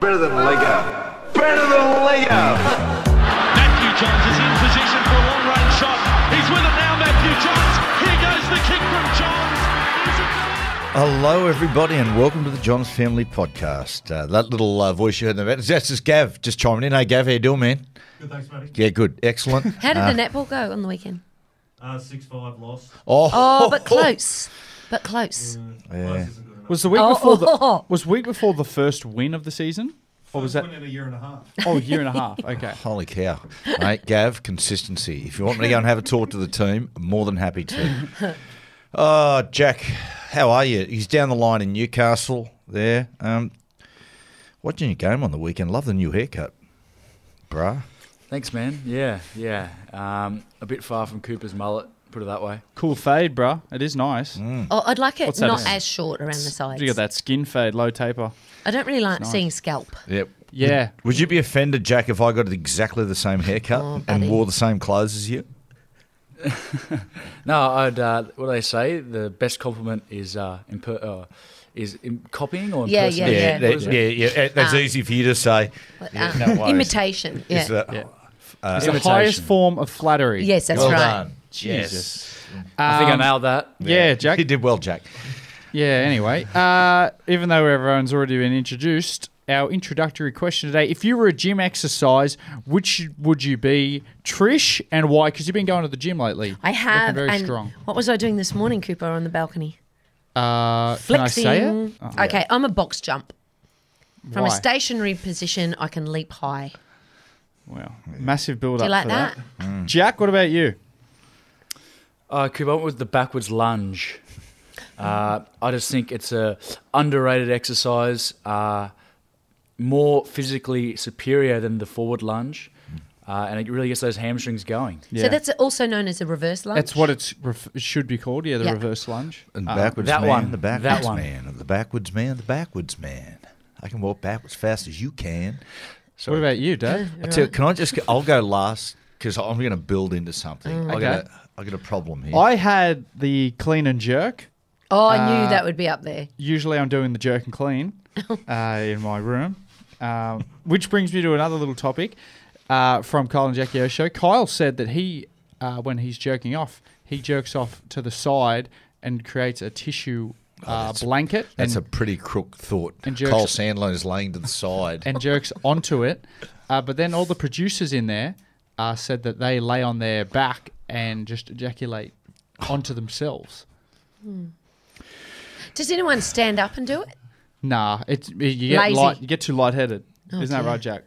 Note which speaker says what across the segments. Speaker 1: Better than Lego. Better than Lego.
Speaker 2: Matthew Johns is in position for a long range shot. He's with it now, Matthew Johns. Here goes the kick from Johns. Here's a goal.
Speaker 3: Hello, everybody, and welcome to the Johns Family Podcast. Uh, that little uh, voice you heard in the back, that's just Gav just chiming in. Hey, Gav, how you doing, man?
Speaker 4: Good, thanks, Matty.
Speaker 3: Yeah, good, excellent.
Speaker 5: How did
Speaker 3: Uh,
Speaker 5: the netball go on the weekend?
Speaker 4: Uh, six five loss.
Speaker 3: oh,
Speaker 5: Oh, but close. But close.
Speaker 3: Yeah.
Speaker 4: Isn't good enough.
Speaker 6: Mm. Was the week
Speaker 5: Oh,
Speaker 6: before the
Speaker 5: oh.
Speaker 6: was week before the first win of the season, or Oh, was that
Speaker 4: Win in a year and a half.
Speaker 6: oh year and a half? Okay,
Speaker 3: Holy cow, mate! Gav, consistency. If you want me to go and have a talk to the team, I'm more than happy to. Oh, Jack, how are you? He's down the line in Newcastle. There, um, watching your game on the weekend. Love the new haircut, bruh.
Speaker 7: Thanks, man. Yeah, yeah. Um, a bit far from Cooper's mullet, put it that way.
Speaker 6: cool fade, bruh. It is nice.
Speaker 3: Hmm.
Speaker 5: Oh, I'd like it
Speaker 6: What's that
Speaker 5: not
Speaker 6: about?
Speaker 5: as short around the sides.
Speaker 6: You got that skin fade, low taper.
Speaker 5: I don't really like seeing scalp.
Speaker 3: Yep.
Speaker 6: Yeah.
Speaker 3: Would you be offended, Jack, if I got exactly the same haircut
Speaker 5: Oh, buddy.
Speaker 3: and wore the same clothes as you?
Speaker 7: No, I'd. Uh, what do they say? The best compliment is uh, imper- uh, is Im- copying or
Speaker 5: Yeah,
Speaker 7: impersonation.
Speaker 5: yeah,
Speaker 3: Yeah,
Speaker 5: yeah.
Speaker 3: that-
Speaker 7: What is
Speaker 3: yeah,
Speaker 7: it?
Speaker 3: yeah, eh, That's
Speaker 5: Um,
Speaker 3: easy for you to say.
Speaker 5: Um,
Speaker 3: no worries.
Speaker 5: imitation. Yeah.
Speaker 3: Is that-
Speaker 6: Yeah.
Speaker 3: uh,
Speaker 6: It's the
Speaker 7: imitation.
Speaker 6: highest form of flattery.
Speaker 5: yes, that's
Speaker 3: well
Speaker 5: right.
Speaker 3: done.
Speaker 6: Jesus.
Speaker 7: I think I
Speaker 6: Um,
Speaker 7: nailed that.
Speaker 6: Yeah, Jack.
Speaker 3: You did well, Jack.
Speaker 6: Yeah. Anyway, uh, even though everyone's already been introduced, our introductory question today: If you were a gym exercise, which would you be, Trish, and why? Because you've been going to the gym lately.
Speaker 5: I have.
Speaker 6: Looking very
Speaker 5: and
Speaker 6: strong.
Speaker 5: What was I doing this morning, Cooper, on the balcony?
Speaker 6: Uh, can I
Speaker 5: Flexing.
Speaker 6: say it? Oh,
Speaker 5: okay, I'm a box jump. From
Speaker 6: why?
Speaker 5: a stationary position, I can leap high.
Speaker 6: Wow, massive build
Speaker 5: Do
Speaker 6: up.
Speaker 5: you like
Speaker 6: for
Speaker 5: that?
Speaker 6: Jack, what about you?
Speaker 7: Uh, Cooper I went with the backwards lunge. Uh, I just think it's a underrated exercise. Uh, more physically superior than the forward lunge, uh, and it really gets those hamstrings going.
Speaker 5: So that's also known as a reverse lunge.
Speaker 6: That's what it's ref- it should be called. Yeah, the
Speaker 5: Yeah.
Speaker 6: reverse lunge.
Speaker 3: And
Speaker 6: Uh,
Speaker 3: backwards
Speaker 7: that
Speaker 3: man,
Speaker 7: one.
Speaker 3: the
Speaker 7: That
Speaker 3: backwards
Speaker 7: one.
Speaker 3: man, and the backwards man, the backwards man. I can walk backwards fast as you can.
Speaker 6: what about you, Dad?
Speaker 3: I tell you, can I just? I'll go last because I'm going to build into something.
Speaker 5: Mm,
Speaker 3: I got
Speaker 6: Okay.
Speaker 3: a, I got a problem here.
Speaker 6: I had the clean and jerk.
Speaker 5: oh, I
Speaker 6: Uh,
Speaker 5: knew that would be up there.
Speaker 6: Usually, I'm doing the jerk and clean uh, in my room, um, which brings me to another little topic uh, from Kyle and Jackie O's show. Kyle said that he, uh, when he's jerking off, he jerks off to the side and creates a tissue uh, blanket
Speaker 3: Oh, That's
Speaker 6: and
Speaker 3: a pretty crook thought.
Speaker 6: and jerks-
Speaker 3: Cole Sandlone is laying to the side.
Speaker 6: and jerks onto it. Uh, but then all the producers in there uh, said that they lay on their back and just ejaculate onto themselves.
Speaker 5: Does anyone stand up and do it?
Speaker 6: Nah, it's you get
Speaker 5: Lazy. Oh,
Speaker 6: light, you get too lightheaded. Isn't that right, Jack?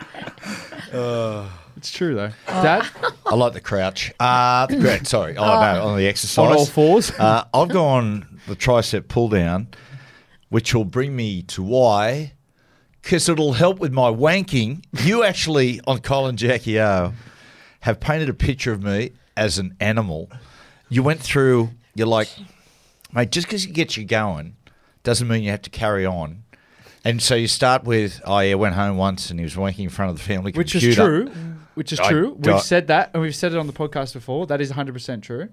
Speaker 3: Uh.
Speaker 6: it's true though.
Speaker 5: Oh.
Speaker 6: Dad,
Speaker 3: I like the crouch. Uh, great, sorry. Oh, no, on the exercise.
Speaker 6: On all fours?
Speaker 3: uh, I've gone the tricep pull down, which will bring me to why, because it'll help with my wanking. You actually, on Colin Jackie O, have painted a picture of me as an animal. You went through, you're like, mate, just because it gets you going doesn't mean you have to carry on. And so you start with, oh, yeah, went home once and he was wanking in front of the family
Speaker 6: which
Speaker 3: computer.
Speaker 6: is true. Which is
Speaker 3: I
Speaker 6: true.
Speaker 3: don't-
Speaker 6: We've said that, and we've said it on the podcast before. That is 100% true.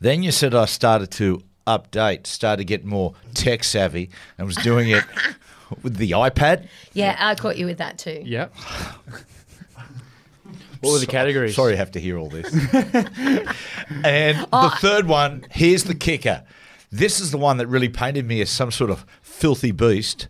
Speaker 3: Then you said I started to update, started to get more tech savvy, and was doing it with the iPad.
Speaker 5: Yeah, I caught you with that too.
Speaker 6: Yep.
Speaker 7: What were the categories?
Speaker 3: Sorry, you have to hear all this. and the third one, here's the kicker. This is the one that really painted me as some sort of filthy beast.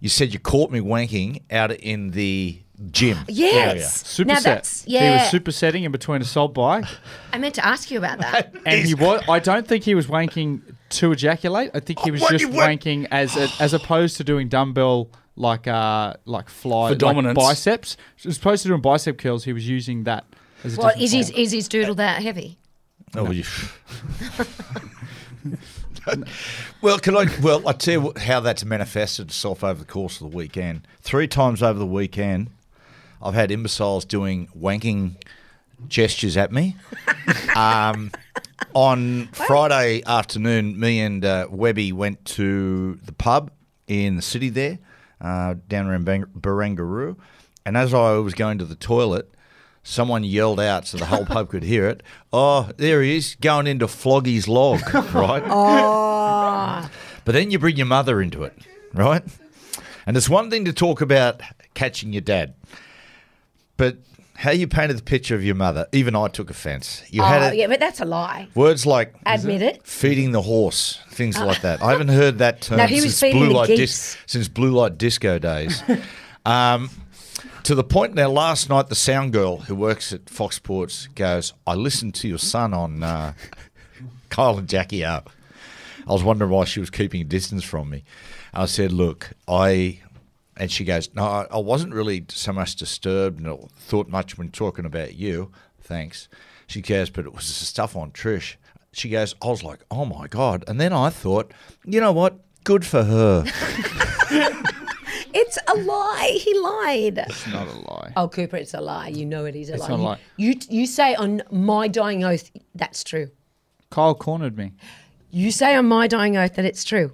Speaker 3: You said you caught me wanking out in the gym.
Speaker 5: Yes.
Speaker 6: Superset.
Speaker 5: Now that's
Speaker 6: He was
Speaker 5: yeah.
Speaker 6: supersetting in between assault bike.
Speaker 5: I meant to ask you about that.
Speaker 6: And he was. I don't think he was wanking to ejaculate. I think he was
Speaker 3: What do
Speaker 6: just
Speaker 3: you want?
Speaker 6: wanking as a, as opposed to doing dumbbell like uh like fly
Speaker 7: For
Speaker 6: like
Speaker 7: dominance.
Speaker 6: biceps. As opposed to doing bicep curls, he was using that. As a
Speaker 5: well,
Speaker 6: different
Speaker 5: is his
Speaker 6: form.
Speaker 5: is his doodle that heavy?
Speaker 3: Oh, well, you. well, can I? Well, I tell you what- how that's manifested itself over the course of the weekend. Three times over the weekend, I've had imbeciles doing wanking gestures at me. um, on Friday afternoon, me and uh, Webby went to the pub in the city there, uh, down around Bang- Barangaroo. And as I was going to the toilet, someone yelled out so the whole pub could hear it. Oh, there he is, going into Floggy's log, right? But then you bring your mother into it, right? And it's one thing to talk about catching your dad, but how you painted the picture of your mother, even I took offence. You
Speaker 8: Oh,
Speaker 3: had it,
Speaker 8: yeah, but that's a lie.
Speaker 3: words like
Speaker 8: Admit it.
Speaker 3: feeding the horse, things like that. I haven't heard that term
Speaker 8: No, he was
Speaker 3: since
Speaker 8: feeding
Speaker 3: blue
Speaker 8: the
Speaker 3: light
Speaker 8: geese.
Speaker 3: since blue light disco days. um, to the point now, last night the sound girl who works at Fox Sports goes, "I listened to your son on uh, Kyle and Jackie up." I was wondering why she was keeping a distance from me. I said, "Look, I," and she goes, "No, I I wasn't really so much disturbed and thought much when talking about you. Thanks." She goes, "But it was the stuff on Trish." She goes, "I was like, oh my god," and then I thought, you know what? Good for her.
Speaker 8: It's a lie. He lied.
Speaker 6: Not a lie.
Speaker 8: Oh, Cooper, it's a lie. You know it is a lie.
Speaker 6: not a lie.
Speaker 8: You, you you say on my dying oath that's true.
Speaker 6: Kyle cornered me.
Speaker 8: You say on my dying oath that it's true.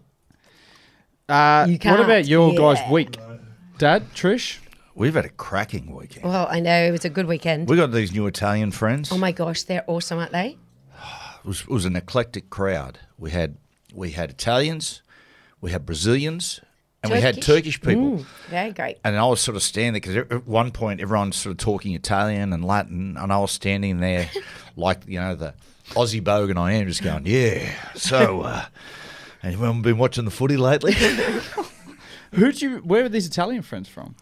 Speaker 6: Uh,
Speaker 8: You
Speaker 6: What
Speaker 8: can't.
Speaker 6: about your
Speaker 8: Yeah.
Speaker 6: guys' week? Dad, Trish,
Speaker 3: We've had a cracking weekend.
Speaker 8: Well, I know it was a good weekend.
Speaker 3: We got these new Italian friends.
Speaker 8: Oh my gosh, they're awesome, aren't they?
Speaker 3: It was, it was an eclectic crowd. We had we had Italians, we had Brazilians, and we had Turkish
Speaker 8: Turkish? Mm.
Speaker 3: people.
Speaker 8: Yeah, great.
Speaker 3: And I was sort of standing there because at one point everyone's sort of talking Italian and Latin, and I was standing there like you know the Aussie bogan I am, just going, yeah. So, uh, anyone been watching the footy lately?
Speaker 6: who do you? Where were these Italian friends from?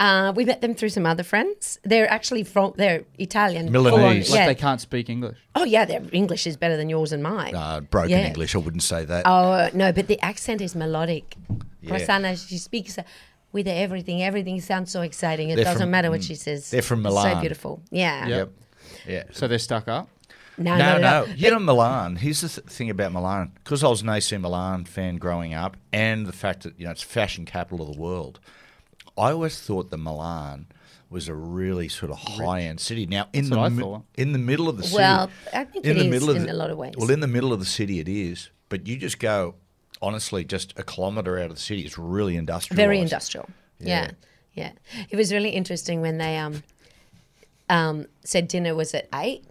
Speaker 8: Uh, we met them through some other friends. They're actually from they're Italian.
Speaker 3: Milanese.
Speaker 8: Full on,
Speaker 6: Like
Speaker 8: Oh, yeah.
Speaker 6: they can't speak English.
Speaker 8: Oh yeah, their English is better than yours and mine.
Speaker 3: uh, broken
Speaker 8: Yeah.
Speaker 3: English, I wouldn't say that.
Speaker 8: Oh no, but the accent is melodic.
Speaker 3: Yeah.
Speaker 8: Rosanna, she speaks uh, with everything. Everything sounds so exciting. It
Speaker 3: They're
Speaker 8: doesn't
Speaker 3: from- Mm.
Speaker 8: matter what she says.
Speaker 3: they're from
Speaker 8: It's
Speaker 3: Milan.
Speaker 8: so beautiful. Yeah.
Speaker 6: Yep.
Speaker 3: Yeah.
Speaker 6: So they're stuck up.
Speaker 8: No,
Speaker 3: No,
Speaker 8: no,
Speaker 3: no. You know, Milan, here's the th- thing about Milan. Because I was an AC Milan fan growing up and the fact that, you know, it's fashion capital of the world, I always thought that Milan was a really sort of high end city. Now, in the,
Speaker 6: what I
Speaker 3: mi-
Speaker 6: thought.
Speaker 3: in the middle of the city.
Speaker 8: Well, I think it is
Speaker 3: of
Speaker 8: in a lot of ways.
Speaker 3: Well, in the middle of the city, it is. But you just go, honestly, just a kilometre out of the city. It's really industrial.
Speaker 8: Very industrial. Yeah. yeah. It was really interesting when they um um said dinner was at eight.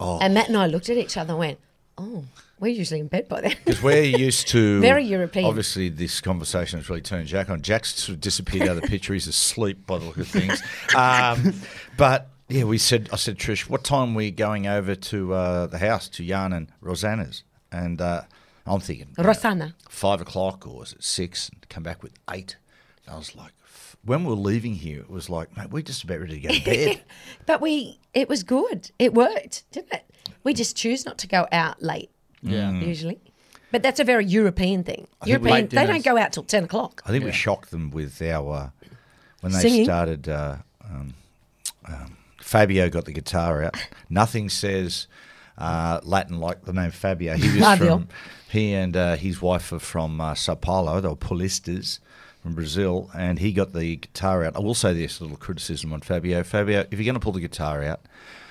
Speaker 8: Oh. And Matt and I looked at each other and went, Oh, we're usually in bed by then.
Speaker 3: Because we're used to
Speaker 8: Very European.
Speaker 3: Obviously, this conversation has really turned Jack on. Jack's sort of disappeared out of the picture. He's asleep by the look of things. Um, but yeah, we said, I said, Trish, what time are we going over to uh, the house to Jan and Rosanna's? And uh, I'm thinking uh,
Speaker 8: Rosanna.
Speaker 3: five o'clock or is it six? And come back with eight. And I was like, f- when we were leaving here, it was like, mate, we're just about ready to go to bed.
Speaker 8: But we it was good. It worked, didn't it? We just choose not to go out late.
Speaker 6: Yeah.
Speaker 7: Mm.
Speaker 8: Usually. But that's a very European thing.
Speaker 3: Mm. think we-
Speaker 8: European
Speaker 6: Late
Speaker 8: they
Speaker 6: dinners.
Speaker 8: don't go out till ten o'clock.
Speaker 3: I think we shocked them with our uh, when they
Speaker 8: Singing.
Speaker 3: started. Uh, um, um, Fabio got the guitar out. Nothing says uh, Latin like the name Fabio. He was
Speaker 8: Fabio.
Speaker 3: from he and uh, his wife are from uh, Sao Paulo. They were Paulistas from Brazil, and he got the guitar out. I will say this little criticism on Fabio. Fabio, if you're going to pull the guitar out,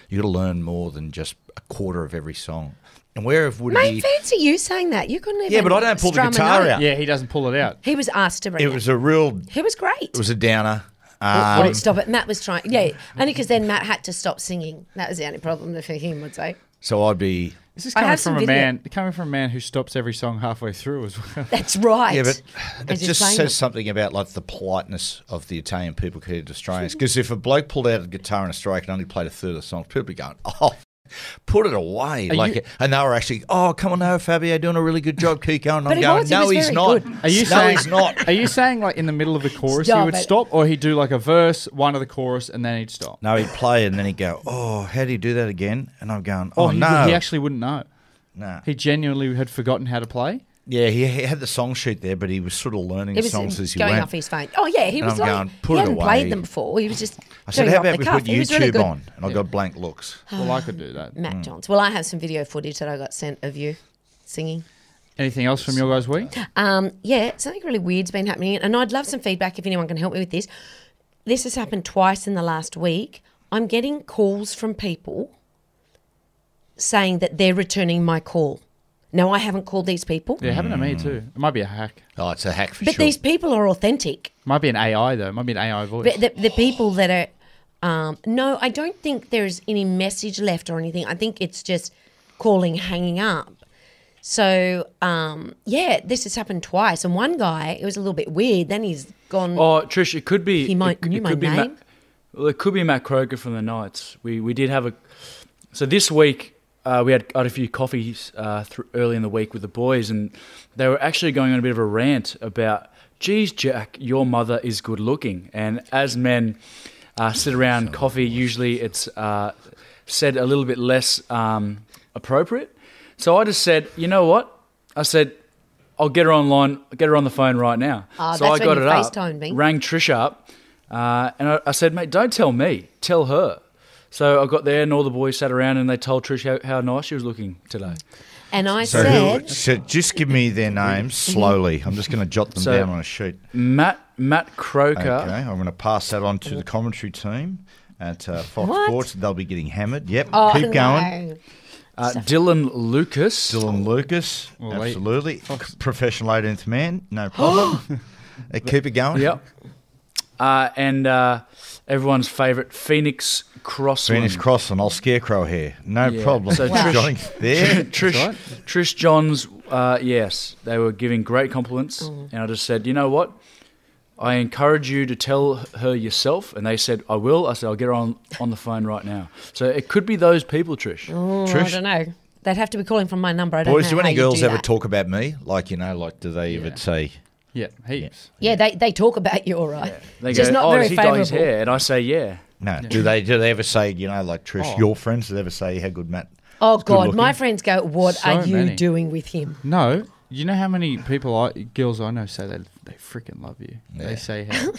Speaker 3: you got to learn more than just a quarter of every song. And where have would
Speaker 8: Mate,
Speaker 3: he?
Speaker 8: fancy you saying that. You couldn't even
Speaker 3: Yeah, but I don't pull the
Speaker 8: strum a
Speaker 3: guitar
Speaker 8: note.
Speaker 3: out.
Speaker 6: Yeah, he doesn't pull it out.
Speaker 8: He was asked to bring
Speaker 3: It
Speaker 8: it.
Speaker 3: was a real.
Speaker 8: he was great.
Speaker 3: It was a downer.
Speaker 8: Oh,
Speaker 3: Um,
Speaker 8: stop it. Matt was trying. Yeah, only because then Matt had to stop singing. That was the only problem for him, would say.
Speaker 3: So I'd be.
Speaker 6: This is
Speaker 8: I
Speaker 6: coming
Speaker 8: have some
Speaker 6: from a
Speaker 8: video.
Speaker 6: man coming from a man who stops every song halfway through as well.
Speaker 8: That's right.
Speaker 3: Yeah, but
Speaker 8: And
Speaker 3: it
Speaker 8: just
Speaker 3: just
Speaker 8: playing
Speaker 3: says
Speaker 8: them.
Speaker 3: something about like the politeness of the Italian people compared to Australians. Because if a bloke pulled out a guitar in Australia and only played a third of the song, people would be going, "Oh, put it away!" like,
Speaker 6: you-
Speaker 3: and they were actually, "Oh, come on over, Fabio, doing a really good job. Keep going." And
Speaker 8: But
Speaker 3: I'm
Speaker 8: he
Speaker 3: going,
Speaker 8: was, he
Speaker 3: "No,
Speaker 8: was
Speaker 3: he's
Speaker 8: very
Speaker 3: not.
Speaker 8: good.
Speaker 6: Are you
Speaker 3: no,
Speaker 6: saying
Speaker 3: he's not."
Speaker 6: Are you saying like in the middle of the chorus he
Speaker 8: Stop
Speaker 6: would
Speaker 8: it.
Speaker 6: stop, or he'd do like a verse, one of the chorus, and then he'd stop?
Speaker 3: No, he'd play and then he'd go, "Oh, how do you do that again?" And I'm going, "Oh,
Speaker 6: Or he,
Speaker 3: no,
Speaker 6: he actually wouldn't know.
Speaker 3: Nah.
Speaker 6: He genuinely had forgotten how to play.
Speaker 3: yeah, he, he had the song sheet there, but he was sort of learning
Speaker 8: He was
Speaker 3: songs as he
Speaker 8: going
Speaker 3: went."
Speaker 8: off his phone. Oh, yeah, he
Speaker 3: And
Speaker 8: was
Speaker 3: I'm
Speaker 8: like,
Speaker 3: going, put it
Speaker 8: he hadn't
Speaker 3: away.
Speaker 8: played them before. He was just.
Speaker 3: I said,
Speaker 8: doing it
Speaker 3: "How
Speaker 8: off
Speaker 3: about
Speaker 8: the
Speaker 3: we
Speaker 8: cuff."
Speaker 3: put
Speaker 8: He was really
Speaker 3: YouTube
Speaker 8: good.
Speaker 3: on?" Mm. And I got blank looks.
Speaker 6: Well, I could do that.
Speaker 8: Matt Johns. Well, I have some video footage that I got sent of you singing.
Speaker 6: Anything else from your guys' week?
Speaker 8: Um, yeah, something really weird's been happening, and I'd love some feedback if anyone can help me with this. This has happened twice in the last week. I'm getting calls from people saying that they're returning my call. Now I haven't called these people,
Speaker 6: Yeah, happened to me too.
Speaker 3: Mm.
Speaker 6: It might be a hack.
Speaker 3: Oh, it's a hack for
Speaker 8: but
Speaker 3: sure.
Speaker 8: these people are authentic.
Speaker 6: It might be an AI though. It might be an AI voice.
Speaker 8: But the, the people that are, um, no, I don't think there's any message left or anything. I think it's just calling, hanging up. So um, yeah, this has happened twice. And one guy, it was a little bit weird. Then he's gone.
Speaker 7: Oh, Trish, it could be.
Speaker 8: He might-
Speaker 7: it, c-
Speaker 8: knew
Speaker 7: it
Speaker 8: my
Speaker 7: could be
Speaker 8: name.
Speaker 7: Matt, well, it could be Matt Croker from the Knights. We we did have a. So this week uh, we had, had a few coffees uh, thr early in the week with the boys, and they were actually going on a bit of a rant about, "Geez, Jack, your mother is good looking." And as men uh, sit around coffee, usually it's uh, said a little bit less um, appropriate. So I just said, "You know what?" I said. I'll get her online, get her on the phone right now.
Speaker 8: Ah,
Speaker 7: so
Speaker 8: that's
Speaker 7: I got
Speaker 8: when you
Speaker 7: it up,
Speaker 8: FaceTimed me.
Speaker 7: rang Trish up, uh, and I, I said, "Mate, don't tell me, tell her." So I got there, and all the boys sat around, and they told Trish how, how nice she was looking today.
Speaker 8: and I
Speaker 3: So, who,
Speaker 8: said,
Speaker 3: so just give me their names slowly. I'm just going to jot them
Speaker 7: So-
Speaker 3: down on a sheet.
Speaker 7: Matt Matt Croker,
Speaker 3: Okay, I'm going to pass that on to the commentary team at uh, Fox
Speaker 8: What?
Speaker 3: Sports. They'll be getting hammered. Yep,
Speaker 8: "Oh
Speaker 3: keep going.
Speaker 8: no."
Speaker 7: uh, Dylan Lucas,
Speaker 3: Dylan Lucas,
Speaker 6: Well, wait.
Speaker 3: absolutely. Professional 18th man, no problem. Uh, keep it going.
Speaker 7: yep, uh, and uh, everyone's favourite Phoenix Crossman.
Speaker 3: Phoenix Cross and I'll scarecrow here. No
Speaker 7: Yeah.
Speaker 3: problem.
Speaker 7: So
Speaker 8: Wow.
Speaker 3: Johnny, there.
Speaker 7: Trish,
Speaker 6: right.
Speaker 7: Trish Johns, uh, yes, they were giving great compliments,
Speaker 8: Mm.
Speaker 7: and I just said, you know what? I encourage you to tell her yourself, and they said, I will. I said, I'll get her on, on the phone right now. So it could be those people, Trish.
Speaker 8: Oh, I
Speaker 3: Trish?
Speaker 8: don't know. They'd have to be calling from my number. I don't
Speaker 3: Boys,
Speaker 8: know
Speaker 3: do
Speaker 8: how
Speaker 3: any
Speaker 8: you
Speaker 3: girls
Speaker 8: do
Speaker 3: ever
Speaker 8: that.
Speaker 3: talk about me? Like, you know, like, do they ever say,
Speaker 6: Yeah, heaps.
Speaker 8: Yeah, they, they talk about you, all right.
Speaker 7: They
Speaker 8: Just not
Speaker 7: oh,
Speaker 8: very
Speaker 7: does he dye his
Speaker 8: favourable.
Speaker 7: hair? And I say, yeah. Oh.
Speaker 3: no, do they do they ever say, you know, like Trish, your friends, do they ever say how good Matt?
Speaker 8: Oh
Speaker 3: is good
Speaker 8: God,
Speaker 3: looking?
Speaker 8: my friends go, "What
Speaker 6: So
Speaker 8: are you
Speaker 6: many.
Speaker 8: doing with him?"
Speaker 6: No, you know how many people I girls I know say they they freaking love you.
Speaker 3: Yeah.
Speaker 6: They say how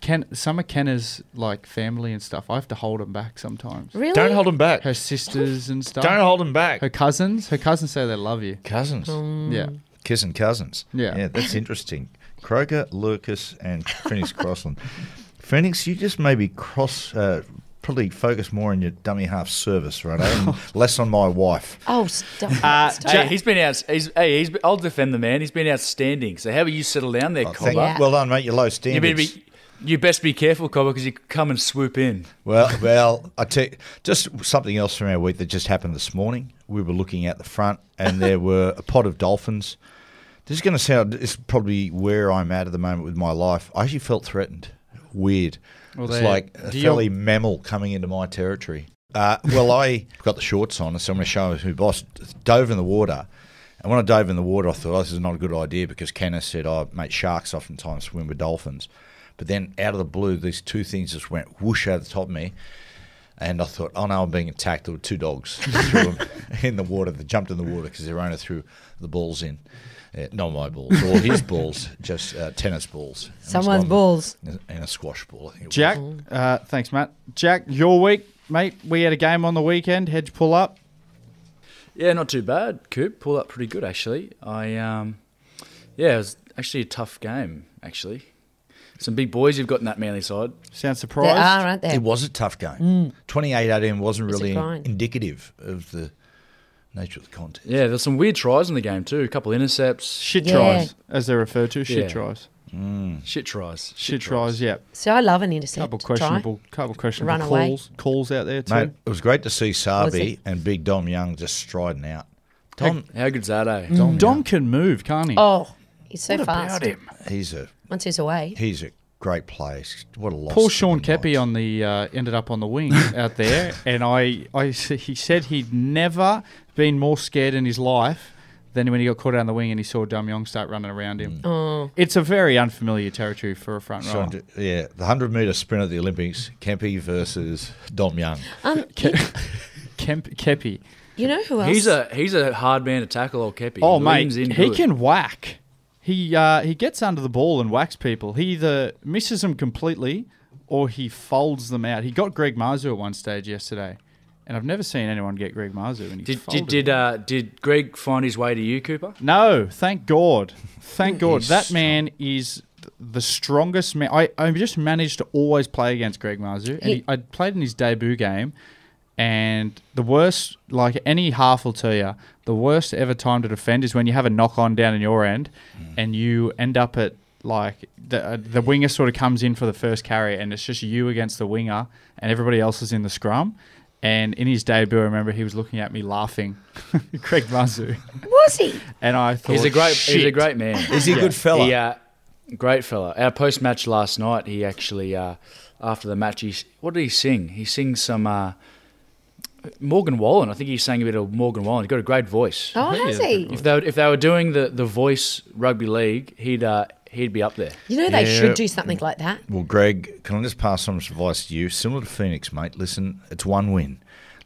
Speaker 6: Ken some of Kenna's like family and stuff. I have to hold them back sometimes.
Speaker 8: Really?
Speaker 3: Don't hold them back.
Speaker 6: Her sisters and stuff.
Speaker 3: Don't hold them
Speaker 6: her
Speaker 3: back.
Speaker 6: cousins. Her cousins say they love you.
Speaker 3: Cousins.
Speaker 8: Mm.
Speaker 6: Yeah.
Speaker 3: Kissing cousins.
Speaker 6: Yeah.
Speaker 3: Yeah, that's interesting. Kroger, Lucas, and Phoenix Crossland. Phoenix, you just maybe cross, uh, probably focus more on your dummy half service, right? eh? And less on my wife.
Speaker 8: Oh, stop! stop.
Speaker 7: Hey, Uh, he's been out. He's, hey, he's. been- I'll defend the man. He's been outstanding. So how about you settle down there,
Speaker 3: Oh,
Speaker 7: Cobber?
Speaker 3: thank-
Speaker 8: Yeah.
Speaker 3: Well done, mate. You're low
Speaker 7: You better
Speaker 3: standards.
Speaker 7: be. You best be careful, Cobber, because you could come and swoop in.
Speaker 3: Well, well, I tell you, just something else from our week that just happened this morning. We were looking out the front, and there were a pod of dolphins. This is going to sound. This is probably where I'm at at the moment with my life. I actually felt threatened. Weird.
Speaker 6: Well,
Speaker 3: it's
Speaker 6: they-
Speaker 3: like a
Speaker 6: do you-
Speaker 3: felly mammal coming into my territory. Uh, well, I got the shorts on, so I'm going to show who boss dove in the water. And when I dove in the water, I thought oh, this is not a good idea because Canna said, "Oh, mate, sharks oftentimes swim with dolphins." But then, out of the blue, these two things just went whoosh out of the top of me. And I thought, oh no, I'm being attacked. There were two dogs threw 'em in the water. They jumped in the water because their owner threw the balls in. Uh, not my balls, or his balls, just uh, tennis balls. And it was
Speaker 8: Someone's
Speaker 3: one-
Speaker 8: balls.
Speaker 3: And a squash ball. I think it was.
Speaker 6: Jack,
Speaker 8: Mm.
Speaker 6: uh, thanks, Matt. Jack, your week, mate. We had a game on the weekend. Hedge pull up.
Speaker 7: Yeah, not too bad. Coop pulled up pretty good actually. I um, yeah, it was actually a tough game actually. Some big boys you've got in that manly side.
Speaker 6: Sound
Speaker 8: There
Speaker 6: surprised?
Speaker 8: are, aren't there?
Speaker 3: It was a tough
Speaker 8: Mm.
Speaker 3: game. Twenty-eight eighteen wasn't
Speaker 8: It's a
Speaker 3: really
Speaker 8: grind.
Speaker 3: indicative of the nature of the contest.
Speaker 7: Yeah, there's some weird tries in the game too. A couple intercepts,
Speaker 6: Shit
Speaker 8: Yeah.
Speaker 6: tries, as they're referred to. Shit
Speaker 7: Yeah.
Speaker 6: tries.
Speaker 7: shit tries,
Speaker 6: Shit tries. Yeah.
Speaker 8: So I love an intercept.
Speaker 6: Couple
Speaker 8: try.
Speaker 6: questionable, couple questionable
Speaker 8: Runaway.
Speaker 6: calls, calls out there too.
Speaker 3: Mate, it was great to see
Speaker 8: Was
Speaker 3: Sabi
Speaker 8: it?
Speaker 3: and Big Dom Young just striding out. Tom,
Speaker 7: How good's that, eh?
Speaker 6: Dom can move, can't he?
Speaker 8: Oh, he's so fast.
Speaker 3: he's a
Speaker 8: Once he's away,
Speaker 3: he's a great player. What a loss!
Speaker 6: Poor
Speaker 3: to
Speaker 6: Sean
Speaker 3: the Knights.
Speaker 6: Kepi on the uh, ended up on the wing out there, and I, I s- he said he'd never been more scared in his life than when he got caught out on the wing and he saw Dum Young start running around him.
Speaker 7: Mm.
Speaker 6: It's a very unfamiliar territory for a front
Speaker 3: So,
Speaker 6: rower.
Speaker 3: yeah, the 100 metre sprint at the Olympics, Kempe versus Dom Young.
Speaker 8: um,
Speaker 6: Kemp, Kepi,
Speaker 8: you know who else?
Speaker 7: He's a he's a hard man to tackle, old Kepi.
Speaker 6: oh
Speaker 7: he
Speaker 6: mate,
Speaker 7: leans in
Speaker 6: he
Speaker 7: good.
Speaker 6: can whack. He uh, he gets under the ball and whacks people. He either misses them completely or he folds them out. He got Greg Marzu at one stage yesterday, and I've never seen anyone get Greg Marzu. And he
Speaker 7: Did
Speaker 6: folded
Speaker 7: did did,
Speaker 6: him.
Speaker 7: uh, did Greg find his way to you, Cooper?
Speaker 6: No, thank God. Thank God.
Speaker 3: He's
Speaker 6: That man is th- the strongest man. I, I just managed to always play against Greg Marzu. And
Speaker 8: He-
Speaker 6: he, I played in his debut game. And the worst, like any half will tell you, the worst ever time to defend is when you have a knock on down in your end and you end up at like the, uh, the winger sort of comes in for the first carry and it's just you against the winger and everybody else is in the scrum. And in his debut, I remember he was looking at me laughing, Craig Mazu,
Speaker 8: Was he?
Speaker 6: and I thought
Speaker 7: He's a great.
Speaker 6: Shit.
Speaker 7: He's a great man.
Speaker 3: Is he a good fella?
Speaker 7: He, uh, great fella. Our post match last night, he actually uh, after the match, he what did he sing? He sings some uh, Morgan Wallen. I think he sang a bit of Morgan Wallen. He's got a great voice.
Speaker 5: Oh, has he?
Speaker 7: If they were, if they were doing the, the voice rugby league, he'd uh, he'd be up there.
Speaker 8: You know they
Speaker 6: Yeah.
Speaker 8: should do something like that.
Speaker 3: Well, Greg, can I just pass on some advice to you? Similar to Phoenix, mate. Listen, it's one win.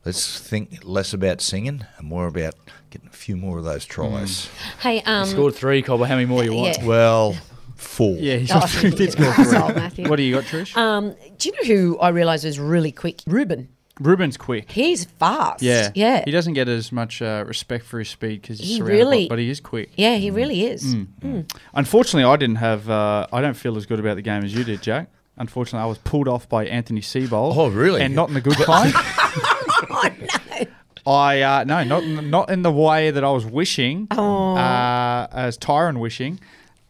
Speaker 3: Let's think less about singing and more about getting a few more of those tries.
Speaker 8: Hey, um,
Speaker 7: Scored three, Cobble. How many more you want?
Speaker 8: yeah.
Speaker 3: Well, four.
Speaker 6: Yeah, he's
Speaker 8: Oh,
Speaker 6: got
Speaker 8: I think
Speaker 6: it's
Speaker 8: you-
Speaker 6: got three.
Speaker 8: Sorry, Matthew.
Speaker 6: What do you got, Trish?
Speaker 8: um, do you know who I realised was really quick? Ruben.
Speaker 6: Ruben's quick.
Speaker 8: He's fast.
Speaker 6: Yeah,
Speaker 8: Yeah.
Speaker 6: He doesn't get as much uh, respect for his speed because he's
Speaker 8: He
Speaker 6: surrounded,
Speaker 8: really-
Speaker 6: by- but he is quick.
Speaker 8: yeah, he really is.
Speaker 6: Unfortunately, I didn't have. Uh, I don't feel as good about the game as you did, Jack. Unfortunately, I was pulled off by Anthony Seabold.
Speaker 3: Oh, really?
Speaker 6: And not in the good kind. I uh, no, not in the- not in the way that I was wishing,
Speaker 8: Oh.
Speaker 6: uh, as Tyron wishing.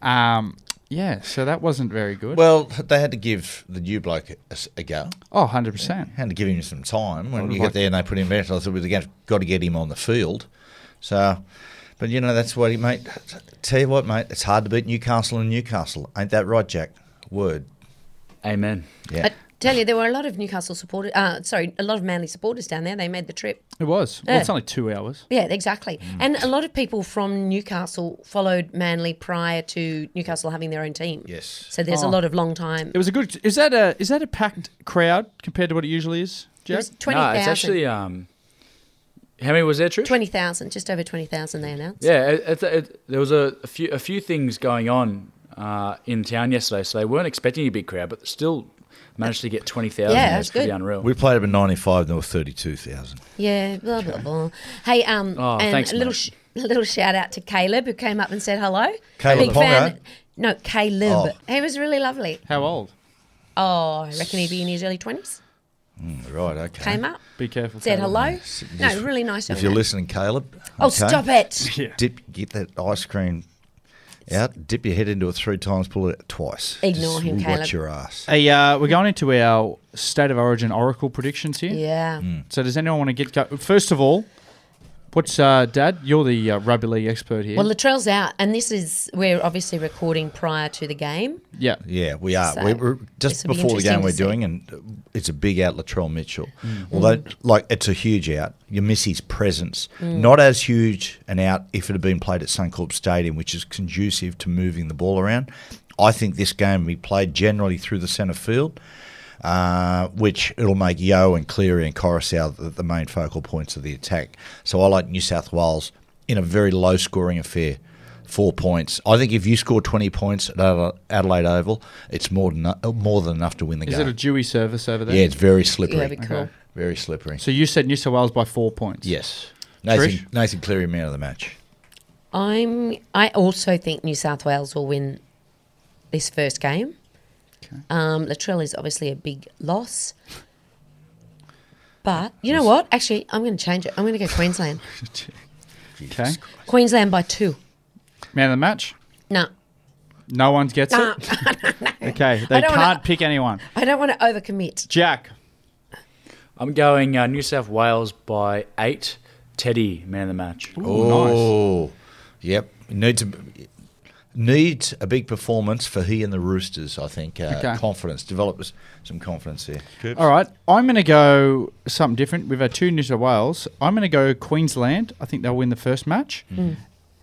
Speaker 6: Um, yeah, so that wasn't very good.
Speaker 3: Well, they had to give the new bloke a, s- a go.
Speaker 6: oh, 100 percent.
Speaker 3: Had to give him some time. When
Speaker 6: would
Speaker 3: you
Speaker 6: like-
Speaker 3: get there and they put him out, I thought we've got to get him on the field. So, but you know, that's what he, mate. Tell you what, mate, it's hard to beat Newcastle and Newcastle. Ain't that right, Jack? Word.
Speaker 7: Amen.
Speaker 3: Yeah.
Speaker 5: I-
Speaker 8: Tell you, there were a lot of Newcastle supporters. Uh, sorry, a lot of Manly supporters down there. They made the trip.
Speaker 6: It was. Well,
Speaker 8: Yeah.
Speaker 6: it's only two hours.
Speaker 8: Yeah, exactly. And a lot of people from Newcastle followed Manly prior to Newcastle having their own team.
Speaker 3: Yes.
Speaker 8: So there's a lot of long time.
Speaker 6: It was a good. Is that a is that a packed crowd compared to what it usually is,
Speaker 8: It
Speaker 6: Jack?
Speaker 8: was 20,000.
Speaker 7: No, it's actually um, how many was there, Trish?
Speaker 8: 20,000, just over 20,000 they announced.
Speaker 7: Yeah, it, it, it, there was a, a few a few things going on uh, in town yesterday, so they weren't expecting a big crowd, but still managed to get twenty thousand.
Speaker 8: Yeah,
Speaker 7: it's
Speaker 8: that's
Speaker 7: pretty
Speaker 8: good.
Speaker 7: unreal.
Speaker 3: We played up in 95 and there were 32,000.
Speaker 8: Yeah, blah, blah, blah. Hey, um,
Speaker 7: Oh,
Speaker 8: and
Speaker 7: thanks,
Speaker 8: a little,
Speaker 7: mate.
Speaker 8: sh- a little shout out to Caleb who came up and said hello.
Speaker 3: Caleb
Speaker 8: Big
Speaker 3: Ponga?
Speaker 8: fan. No, Caleb.
Speaker 3: Oh.
Speaker 8: He was really lovely.
Speaker 6: How old?
Speaker 8: Oh, I reckon he'd be in his early 20s.
Speaker 3: Right, okay.
Speaker 8: Came up,
Speaker 6: Be careful.
Speaker 8: said
Speaker 6: Caleb.
Speaker 8: hello. No,
Speaker 3: Just-
Speaker 8: really nice.
Speaker 3: If
Speaker 8: young
Speaker 3: you're
Speaker 8: man.
Speaker 3: listening, Caleb.
Speaker 8: Oh,
Speaker 3: okay?
Speaker 8: stop it.
Speaker 3: Dip, get that ice cream out, dip your head into it three times, pull it out twice.
Speaker 8: Ignore
Speaker 3: Just
Speaker 8: him,
Speaker 3: watch
Speaker 8: Caleb.
Speaker 3: your ass.
Speaker 6: Hey, uh, we're going into our state of origin oracle predictions here.
Speaker 8: Yeah.
Speaker 3: Hmm.
Speaker 6: So, does anyone want to get go- first of all? What's uh, Dad? You're the uh, rugby league expert here.
Speaker 8: Well, Latrell's out, and this is we're obviously recording prior to the game.
Speaker 6: yeah.
Speaker 3: Yeah, we are.
Speaker 8: So,
Speaker 3: we we're just
Speaker 8: this will be
Speaker 3: before the
Speaker 8: interesting
Speaker 3: game
Speaker 8: to
Speaker 3: we're
Speaker 8: see. Mm.
Speaker 3: doing, and uh, it's a big out, Latrell Mitchell. Although, like, it's a huge out. You miss his presence.
Speaker 8: Mm.
Speaker 3: Not as huge an out if it had been played at Suncorp Stadium, which is conducive to moving the ball around. I think this game we played generally through the centre field, uh, which it'll make Yo and Cleary and Coruscant the, the main focal points of the attack. So I like New South Wales in a very low scoring affair four points. I think if you score twenty points at Adela- Adelaide Oval, it's more than uh, more than enough to win the
Speaker 6: Is
Speaker 3: game.
Speaker 6: it a dewy service over there?
Speaker 3: yeah, it's very slippery.
Speaker 8: Yeah, it'd be cool.
Speaker 3: Very slippery.
Speaker 6: So you said New South Wales by four points.
Speaker 3: yes, Nathan,
Speaker 6: Trish?
Speaker 3: Nathan Cleary man of the match.
Speaker 8: I'm. I also think New South Wales will win this first game. Um, Latrell is obviously a big loss, but you know what? Actually, I'm going to change it. I'm going to go Queensland.
Speaker 6: Okay.
Speaker 8: Queensland by two.
Speaker 6: Man of the match.
Speaker 8: No,
Speaker 6: No one gets
Speaker 8: no,
Speaker 6: it. Okay. They
Speaker 8: I don't
Speaker 6: can't
Speaker 8: wanna-
Speaker 6: pick anyone.
Speaker 8: I don't want to overcommit.
Speaker 6: Jack.
Speaker 7: I'm going uh, New South Wales by eight. Teddy, man of the match.
Speaker 3: Oh, yep. Needs a, needs a big performance for he and the Roosters. I think uh,
Speaker 6: Okay.
Speaker 3: confidence develops some confidence there.
Speaker 6: All right. I'm going to go something different. We've had two New South Wales. I'm going to go Queensland. I think they'll win the first match.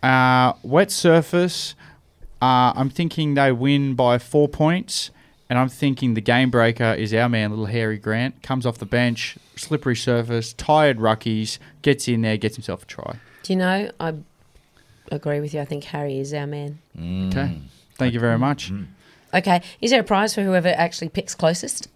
Speaker 6: Uh, wet surface. Uh, I'm thinking they win by four points. And I'm thinking the game breaker is our man, little Harry Grant. Comes off the bench, slippery surface, tired ruckies, gets in there, gets himself a try.
Speaker 8: Do you know? I agree with you. I think Harry is our man.
Speaker 6: Okay. Thank you very much.
Speaker 8: Okay, is there a prize for whoever actually picks closest?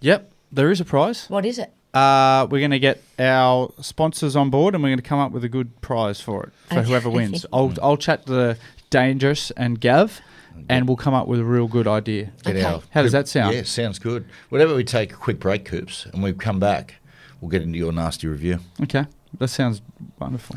Speaker 6: Yep. There is a prize.
Speaker 8: What is it?
Speaker 6: Uh, we're going to get our sponsors on board, and we're going to come up with a good prize for it for whoever wins. I'll I'll chat to the dangerous and Gav, and we'll come up with a real good idea.
Speaker 3: Get
Speaker 8: Okay.
Speaker 3: out.
Speaker 6: How does that sound?
Speaker 3: Yeah, sounds good. Whenever we take a quick break, Coops, and we come back, we'll get into your nasty review.
Speaker 6: Okay, that sounds wonderful.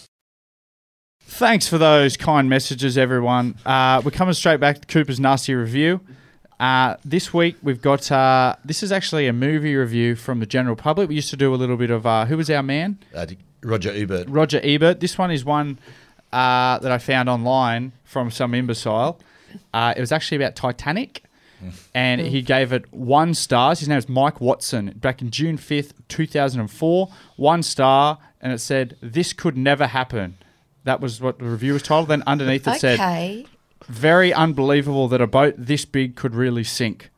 Speaker 6: Thanks for those kind messages, everyone. Uh, we're coming straight back to Cooper's nasty review. Uh, this week we've got uh, this is actually a movie review from the general public. We used to do a little bit of uh, who was our man
Speaker 3: Uh, d- Roger Ebert.
Speaker 6: Roger Ebert. This one is one uh, that I found online from some imbecile. Uh, it was actually about Titanic, and he gave it one stars. His name is Mike Watson. Back in June fifth, two thousand and four, one star, and it said, "This could never happen." That was what the review was titled. Then underneath it said,
Speaker 8: okay.
Speaker 6: "Very unbelievable that a boat this big could really sink."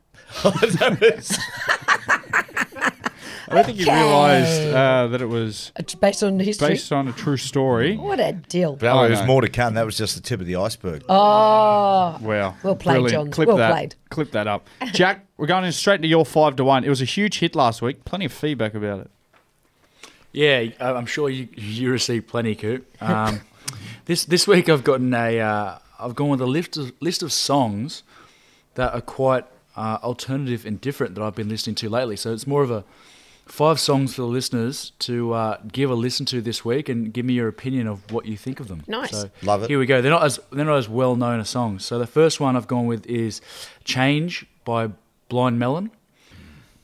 Speaker 6: I don't think he
Speaker 8: Okay.
Speaker 6: realised uh, that it was
Speaker 8: It's based on history.
Speaker 6: based on a true story.
Speaker 8: what a deal.
Speaker 3: But oh,
Speaker 6: I
Speaker 3: there's
Speaker 6: know.
Speaker 3: more to come. That was just the tip of the iceberg.
Speaker 8: Oh,
Speaker 6: Wow.
Speaker 8: Well played,
Speaker 6: Brilliant.
Speaker 8: John.
Speaker 6: Clip
Speaker 8: Well
Speaker 6: that.
Speaker 8: played.
Speaker 6: Clip that up. Jack, we're going in straight to your five to one. It was a huge hit last week. Plenty of feedback about it.
Speaker 7: Yeah, I- I'm sure you you receive plenty, Coop. Um, this this week I've gotten a uh, I've gone with a list of, list of songs that are quite uh, alternative and different that I've been listening to lately. So it's more of a five songs for the listeners to uh, give a listen to this week and give me your opinion of what you think of them.
Speaker 8: Nice.
Speaker 7: So
Speaker 3: Love it.
Speaker 7: Here we go. They're not as they're not as well known as songs. So the first one I've gone with is "Change" by Blind Melon.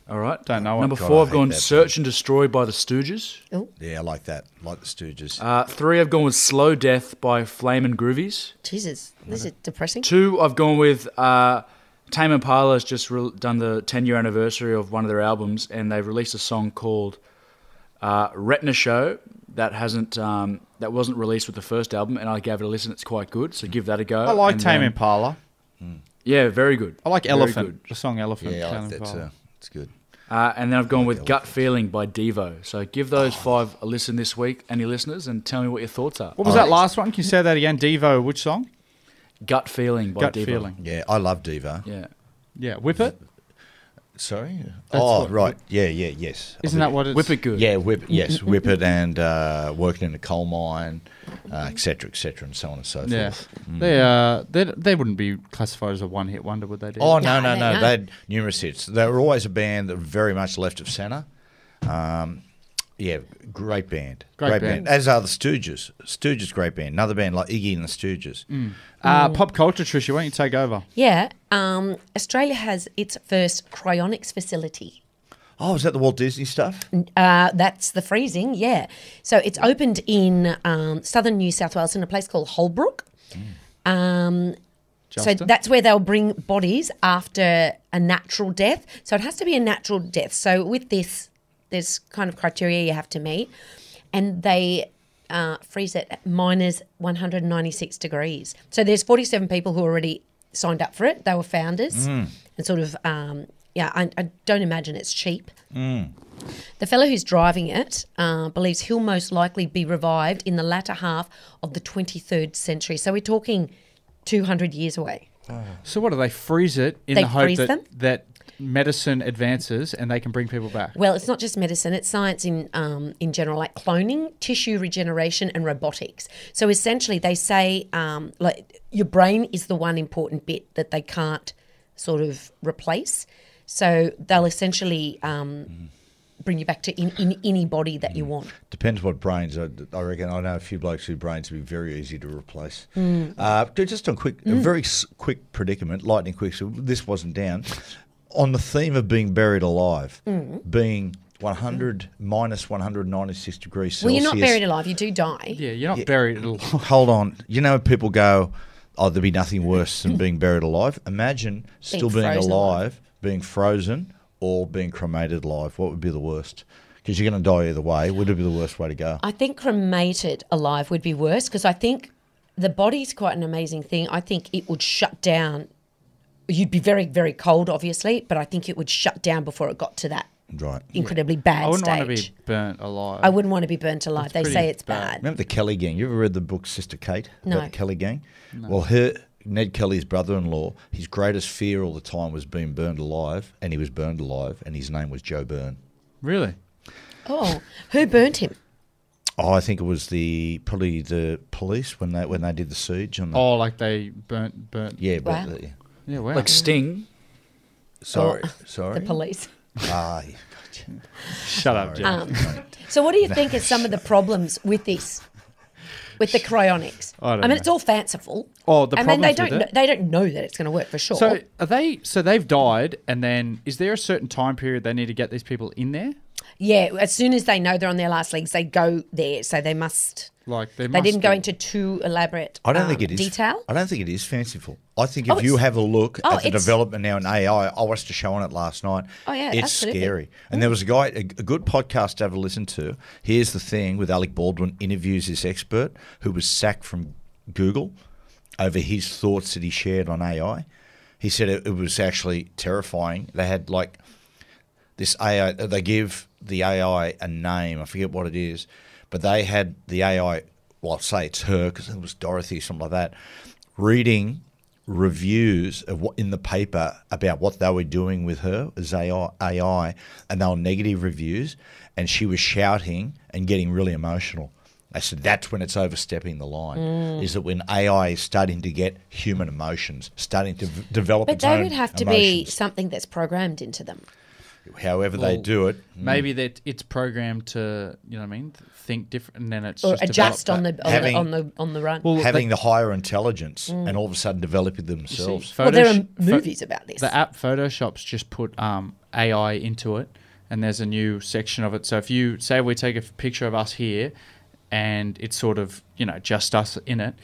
Speaker 7: All right.
Speaker 6: Don't know it.
Speaker 7: Number
Speaker 6: God,
Speaker 7: four,
Speaker 3: I
Speaker 7: I've
Speaker 3: hate
Speaker 7: gone
Speaker 3: that
Speaker 7: "Search and Destroy" by the Stooges.
Speaker 8: Oh,
Speaker 3: yeah, I like that. Like the Stooges.
Speaker 6: Ah,
Speaker 7: Uh, three, I've gone with Slow Death by Flame and Groovies.
Speaker 8: Jesus. This is depressing.
Speaker 7: Two, I've gone with uh, Tame Impala's just re- done the 10 year anniversary of one of their albums, and they've released a song called uh, Retina Show that hasn't um, that wasn't released with the first album, and I gave it a listen. It's quite good, so give that a go.
Speaker 6: I like
Speaker 7: And
Speaker 6: Tame
Speaker 7: then-
Speaker 6: Impala.
Speaker 7: Yeah, very good.
Speaker 6: I like
Speaker 7: Very good.
Speaker 6: Elephant. The song Elephant.
Speaker 3: yeah, I
Speaker 6: Tame
Speaker 3: like that
Speaker 6: Impala.
Speaker 3: too. It's good.
Speaker 7: Uh, and then I've gone with Gut Feeling by Devo. So give those five a listen this week, any listeners, and tell me what your thoughts are.
Speaker 6: What was that last one? Can you say that again? Devo, which song?
Speaker 7: Gut Feeling by
Speaker 6: Gut
Speaker 7: Devo.
Speaker 6: Feeling.
Speaker 3: Yeah, I love Devo.
Speaker 7: Yeah.
Speaker 6: Yeah, Whip It.
Speaker 3: Sorry. oh,
Speaker 6: what-
Speaker 3: right. Yeah, yeah, yes. I
Speaker 6: Isn't
Speaker 3: think-
Speaker 6: that what it's.
Speaker 7: Whip It Good.
Speaker 3: Yeah, whip. Yes, whip it and uh, working in a coal mine, uh, et cetera, et cetera, and so on and so forth.
Speaker 6: Yeah. They, uh, they, they wouldn't be classified as a one hit wonder, would they? Do?
Speaker 3: Oh no, no,
Speaker 5: they
Speaker 3: no!
Speaker 5: know.
Speaker 3: They had numerous hits. They were always a band that were very much left of centre. Um, yeah, great band,
Speaker 6: Great band.
Speaker 3: As are the Stooges. Stooges, great band. Another band like Iggy and the Stooges.
Speaker 8: Mm.
Speaker 6: Uh, pop culture, Trisha, why don't you take over?
Speaker 8: Yeah. Um, Australia has its first cryonics facility.
Speaker 3: Oh, is that the Walt Disney stuff?
Speaker 8: Uh, that's the freezing, yeah. So it's opened in um, southern New South Wales in a place called Holbrook. Um, so
Speaker 6: Justin?
Speaker 8: that's where they'll bring bodies after a natural death. So it has to be a natural death. So with this, there's kind of criteria you have to meet, and they uh, freeze it at minus 196 degrees. So there's 47 people who already signed up for it. They were founders and sort of. Um, yeah, I, I don't imagine it's cheap. The fellow who's driving it uh, believes he'll most likely be revived in the latter half of the 23rd century. So we're talking 200 years away.
Speaker 6: So, what do they freeze it in
Speaker 8: They
Speaker 6: the hope
Speaker 8: freeze
Speaker 6: that,
Speaker 8: them?
Speaker 6: that medicine advances and they can bring people back?
Speaker 8: Well, it's not just medicine; it's science in um, in general, like cloning, tissue regeneration, and robotics. So essentially, they say um, like your brain is the one important bit that they can't sort of replace. So they'll essentially um, bring you back to in, in any body that you want.
Speaker 3: Depends what brains. I, I reckon I know a few blokes whose brains would be very easy to replace.
Speaker 8: Mm.
Speaker 3: Uh, ju- just on quick, a very s- quick predicament, lightning quick. So this wasn't down. On the theme of being buried alive,
Speaker 8: Mm.
Speaker 3: being 100 minus 196 degrees
Speaker 8: Well,
Speaker 3: Celsius.
Speaker 8: you're not buried alive; you do die.
Speaker 6: yeah, you're not buried at all.
Speaker 3: Hold on. You know, people go, oh, there'd be nothing worse than being buried alive. Imagine still being alive,
Speaker 8: frozen alive.
Speaker 3: being frozen, or being cremated alive. What would be the worst? Because you're going to die either way. Would it be the worst way to go?
Speaker 8: I think cremated alive would be worse because I think the body's quite an amazing thing. I think it would shut down. You'd be very, very cold, obviously, but I think it would shut down before it got to that
Speaker 3: Right.
Speaker 8: incredibly bad
Speaker 6: I wouldn't
Speaker 8: stage.
Speaker 6: want to be burnt alive.
Speaker 8: I wouldn't want to be burnt alive. They
Speaker 6: pretty
Speaker 8: say it's
Speaker 6: bad.
Speaker 8: bad.
Speaker 3: Remember the Kelly Gang? You ever read the book Sister Kate?
Speaker 8: No.
Speaker 3: About the Kelly Gang? Well, her Ned Kelly's brother-in-law, his greatest fear all the time was being burned alive, and he was burned alive, and his name was Joe Byrne.
Speaker 6: Really?
Speaker 8: Oh, who burnt him?
Speaker 3: Oh, I think it was the probably the police when they when they did the siege on the
Speaker 6: Oh, like they burnt, burnt. Yeah,
Speaker 3: yeah, but
Speaker 8: Wow.
Speaker 3: the-
Speaker 6: wow.
Speaker 7: Like Sting.
Speaker 3: sorry,
Speaker 8: Oh,
Speaker 3: sorry,
Speaker 8: The police.
Speaker 3: Ah, yeah.
Speaker 6: Shut up, Jeff.
Speaker 8: Um, so, what do you think are some of the problems with this, with the cryonics?
Speaker 6: I don't
Speaker 8: mean,
Speaker 6: know.
Speaker 8: it's all fanciful.
Speaker 6: Oh, the
Speaker 8: I mean, they
Speaker 6: problems with
Speaker 8: don't.
Speaker 6: it?
Speaker 8: Know, they don't know that it's going to work for sure.
Speaker 6: so are they? So they've died, and then is there a certain time period they need to get these people in there?
Speaker 8: yeah, as soon as they know they're on their last legs, they go there. So they must.
Speaker 6: Like they,
Speaker 8: They
Speaker 6: must
Speaker 8: didn't go
Speaker 6: be-
Speaker 8: into too elaborate.
Speaker 3: I don't
Speaker 8: um,
Speaker 3: think it is
Speaker 8: detail.
Speaker 3: I don't think it is fanciful. I think
Speaker 8: Oh,
Speaker 3: if you
Speaker 8: it's-
Speaker 3: have a look
Speaker 8: oh,
Speaker 3: at the
Speaker 8: it's-
Speaker 3: development now in AI, I watched a show on it last night.
Speaker 8: Oh, yeah,
Speaker 3: it's
Speaker 8: absolutely. Mm.
Speaker 3: scary. And there was a guy, a, a good podcast to have a listen to. Here's the thing: with Alec Baldwin interviews this expert who was sacked from Google over his thoughts that he shared on AI. He said it, it was actually terrifying. They had like this AI, they give the AI a name. I forget what it is, but they had the AI, well, I'll say it's her because it was Dorothy, something like that, reading reviews of what in the paper about what they were doing with her as AI, AI, and they were negative reviews, and she was shouting and getting really emotional. I said that's when it's overstepping the line.
Speaker 8: Mm.
Speaker 3: Is that when AI is starting to get human emotions, starting to v- develop?
Speaker 8: But
Speaker 3: its
Speaker 8: they
Speaker 3: own
Speaker 8: would have to be
Speaker 3: emotions.
Speaker 8: something that's programmed into them.
Speaker 3: however they
Speaker 6: Well,
Speaker 3: do it.
Speaker 6: Maybe that it's programmed to, you know what I mean, th- think different, and then it's
Speaker 8: Or
Speaker 6: just
Speaker 8: adjust
Speaker 6: developed
Speaker 8: on the
Speaker 6: that.
Speaker 8: on,
Speaker 3: Having-
Speaker 8: the on the on the run.
Speaker 6: Well,
Speaker 3: having the higher intelligence and all of a sudden developing themselves.
Speaker 8: Well, there are
Speaker 6: Photosh- pho-
Speaker 8: movies about this.
Speaker 6: The app Photoshop's just put um, AI into it, and there's a new section of it. So if you say we take a f- picture of us here, and it's sort of you know just us in it,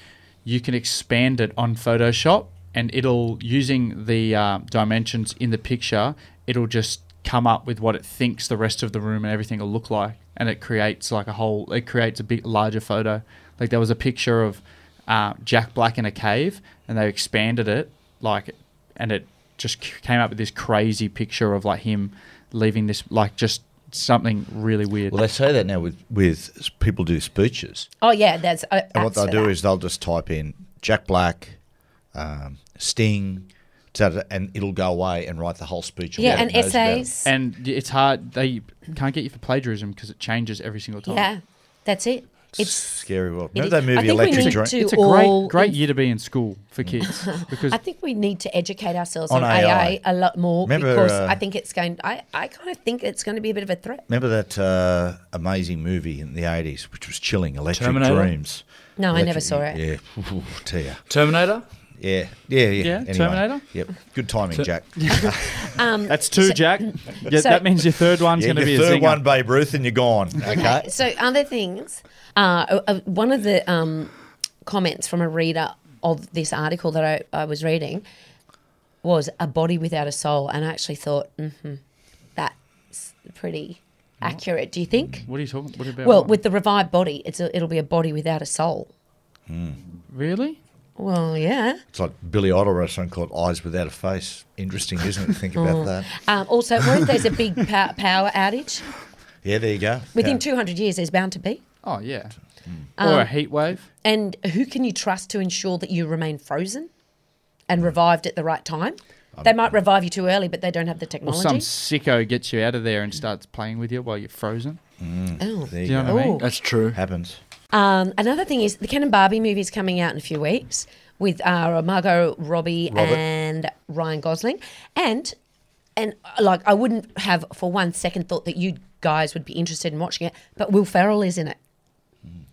Speaker 6: you can expand it on Photoshop, and it'll using the uh, dimensions in the picture, it'll just come up with what it thinks the rest of the room and everything will look like, and it creates like a whole. It creates a big larger photo. Like there was a picture of uh, Jack Black in a cave, and they expanded it like, and it just c- came up with this crazy picture of like him leaving this like just something really weird.
Speaker 3: Well, they say that now with, with s- people do speeches.
Speaker 8: oh yeah, there's uh,
Speaker 3: And what
Speaker 8: apps
Speaker 3: they'll
Speaker 8: for
Speaker 3: do
Speaker 8: that.
Speaker 3: is they'll just type in Jack Black, um, Sting, da- da- and it'll go away and write the whole speech. of
Speaker 8: yeah,
Speaker 3: what
Speaker 8: and
Speaker 3: it knows about it.
Speaker 8: essays.
Speaker 6: and y- it's hard. They can't get you for plagiarism because it changes every single time.
Speaker 8: Yeah, that's it. It's
Speaker 3: Scary world.
Speaker 8: it
Speaker 3: Remember
Speaker 8: is-
Speaker 3: that
Speaker 8: I
Speaker 3: movie
Speaker 8: think we
Speaker 3: Electric
Speaker 8: need
Speaker 3: Dream?
Speaker 8: to
Speaker 6: It's a
Speaker 8: all-
Speaker 6: great, great year to be in school for
Speaker 3: Mm.
Speaker 6: kids because
Speaker 8: I think we need to educate ourselves
Speaker 3: On
Speaker 8: on,
Speaker 3: AI.
Speaker 8: AI. a lot more
Speaker 3: Remember,
Speaker 8: because
Speaker 3: uh,
Speaker 8: I think it's going. I, I kind of think it's going to be a bit of a threat.
Speaker 3: Remember that uh, amazing movie in the 80s, which was chilling, Electric
Speaker 7: Terminator?
Speaker 3: Dreams?
Speaker 8: No, I never
Speaker 3: Electric-
Speaker 8: saw it.
Speaker 3: Yeah, Ooh, tell ya.
Speaker 7: Terminator.
Speaker 3: Yeah, yeah, yeah.
Speaker 6: Yeah, Terminator?
Speaker 3: Yep. Good timing, Jack.
Speaker 6: that's two, Jack. Yeah,
Speaker 8: so-
Speaker 6: that means your third one's
Speaker 3: Yeah,
Speaker 6: going to be
Speaker 3: your
Speaker 6: a
Speaker 3: third
Speaker 6: third
Speaker 3: one, Babe Ruth, and you're gone. Okay.
Speaker 8: So other things, uh, uh, uh, one of the um, comments from a reader of this article that I, I was reading was a body without a soul, and I actually thought, mm-hmm, that's pretty
Speaker 3: Mm-hmm.
Speaker 8: accurate. Do you think?
Speaker 6: What are you talking? What about?
Speaker 8: Well,
Speaker 6: what?
Speaker 8: with the revived body, it's a, it'll be a body without a soul.
Speaker 6: really?
Speaker 8: Well, yeah.
Speaker 3: It's like Billy Idol wrote a song called "Eyes Without a Face." Interesting, isn't it? to Think about that.
Speaker 8: Um, also, what if there's a big pow- power outage?
Speaker 3: Yeah, there you go.
Speaker 8: Within
Speaker 3: Yeah.
Speaker 8: 200 years, there's bound to be.
Speaker 6: Oh yeah.
Speaker 3: Mm.
Speaker 6: or a
Speaker 8: Um,
Speaker 6: heat wave.
Speaker 8: And who can you trust to ensure that you remain frozen and revived at the right time? They might revive you too early, but they don't have the
Speaker 6: Or
Speaker 8: technology.
Speaker 6: some sicko gets you out of there and starts playing with you while you're frozen.
Speaker 3: There
Speaker 8: Oh.
Speaker 6: Do
Speaker 3: you
Speaker 6: you know
Speaker 3: go.
Speaker 6: what I mean?
Speaker 8: Ooh.
Speaker 7: That's true.
Speaker 3: Happens.
Speaker 8: Um, another thing is the Ken and Barbie movie is coming out in a few weeks with uh, Margot Robbie
Speaker 3: Robert.
Speaker 8: and Ryan Gosling, and and uh, like I wouldn't have for one second thought that you guys would be interested in watching it, but Will Ferrell is in it.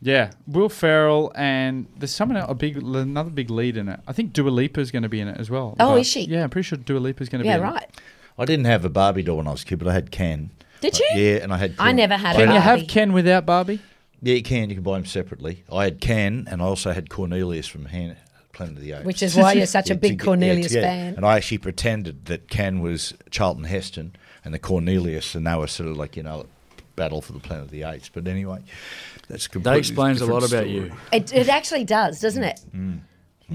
Speaker 6: Yeah, Will Ferrell and there's someone else, a big another big lead in it. I think Dua Lipa is going to be in it as well.
Speaker 8: Oh,
Speaker 6: But-
Speaker 8: is she?
Speaker 6: Yeah, I'm pretty sure Dua Lipa is going to
Speaker 8: Yeah,
Speaker 6: be. in it.
Speaker 8: right.
Speaker 3: I didn't have a Barbie doll when I was a kid, but I had Ken.
Speaker 8: Did
Speaker 3: Uh,
Speaker 8: you?
Speaker 3: yeah, and I had.
Speaker 8: I
Speaker 3: Ken.
Speaker 8: never had
Speaker 3: I
Speaker 8: a
Speaker 6: Can you have
Speaker 8: Barbie.
Speaker 6: Ken without Barbie?
Speaker 3: Yeah, you can. You can buy them separately. I had Ken, and I also had Cornelius from Han- Planet of the Apes.
Speaker 8: Which is why you're such
Speaker 3: Yeah,
Speaker 8: a big
Speaker 3: to- yeah,
Speaker 8: Cornelius
Speaker 3: to- yeah.
Speaker 8: fan.
Speaker 3: And I actually pretended that Ken was Charlton Heston and the Cornelius, and they were sort of like you know, battle for the Planet of the Apes. But anyway, that's a
Speaker 7: That
Speaker 3: completely
Speaker 7: explains a lot
Speaker 3: different
Speaker 7: about
Speaker 3: story.
Speaker 7: you.
Speaker 8: It, it actually does, doesn't it?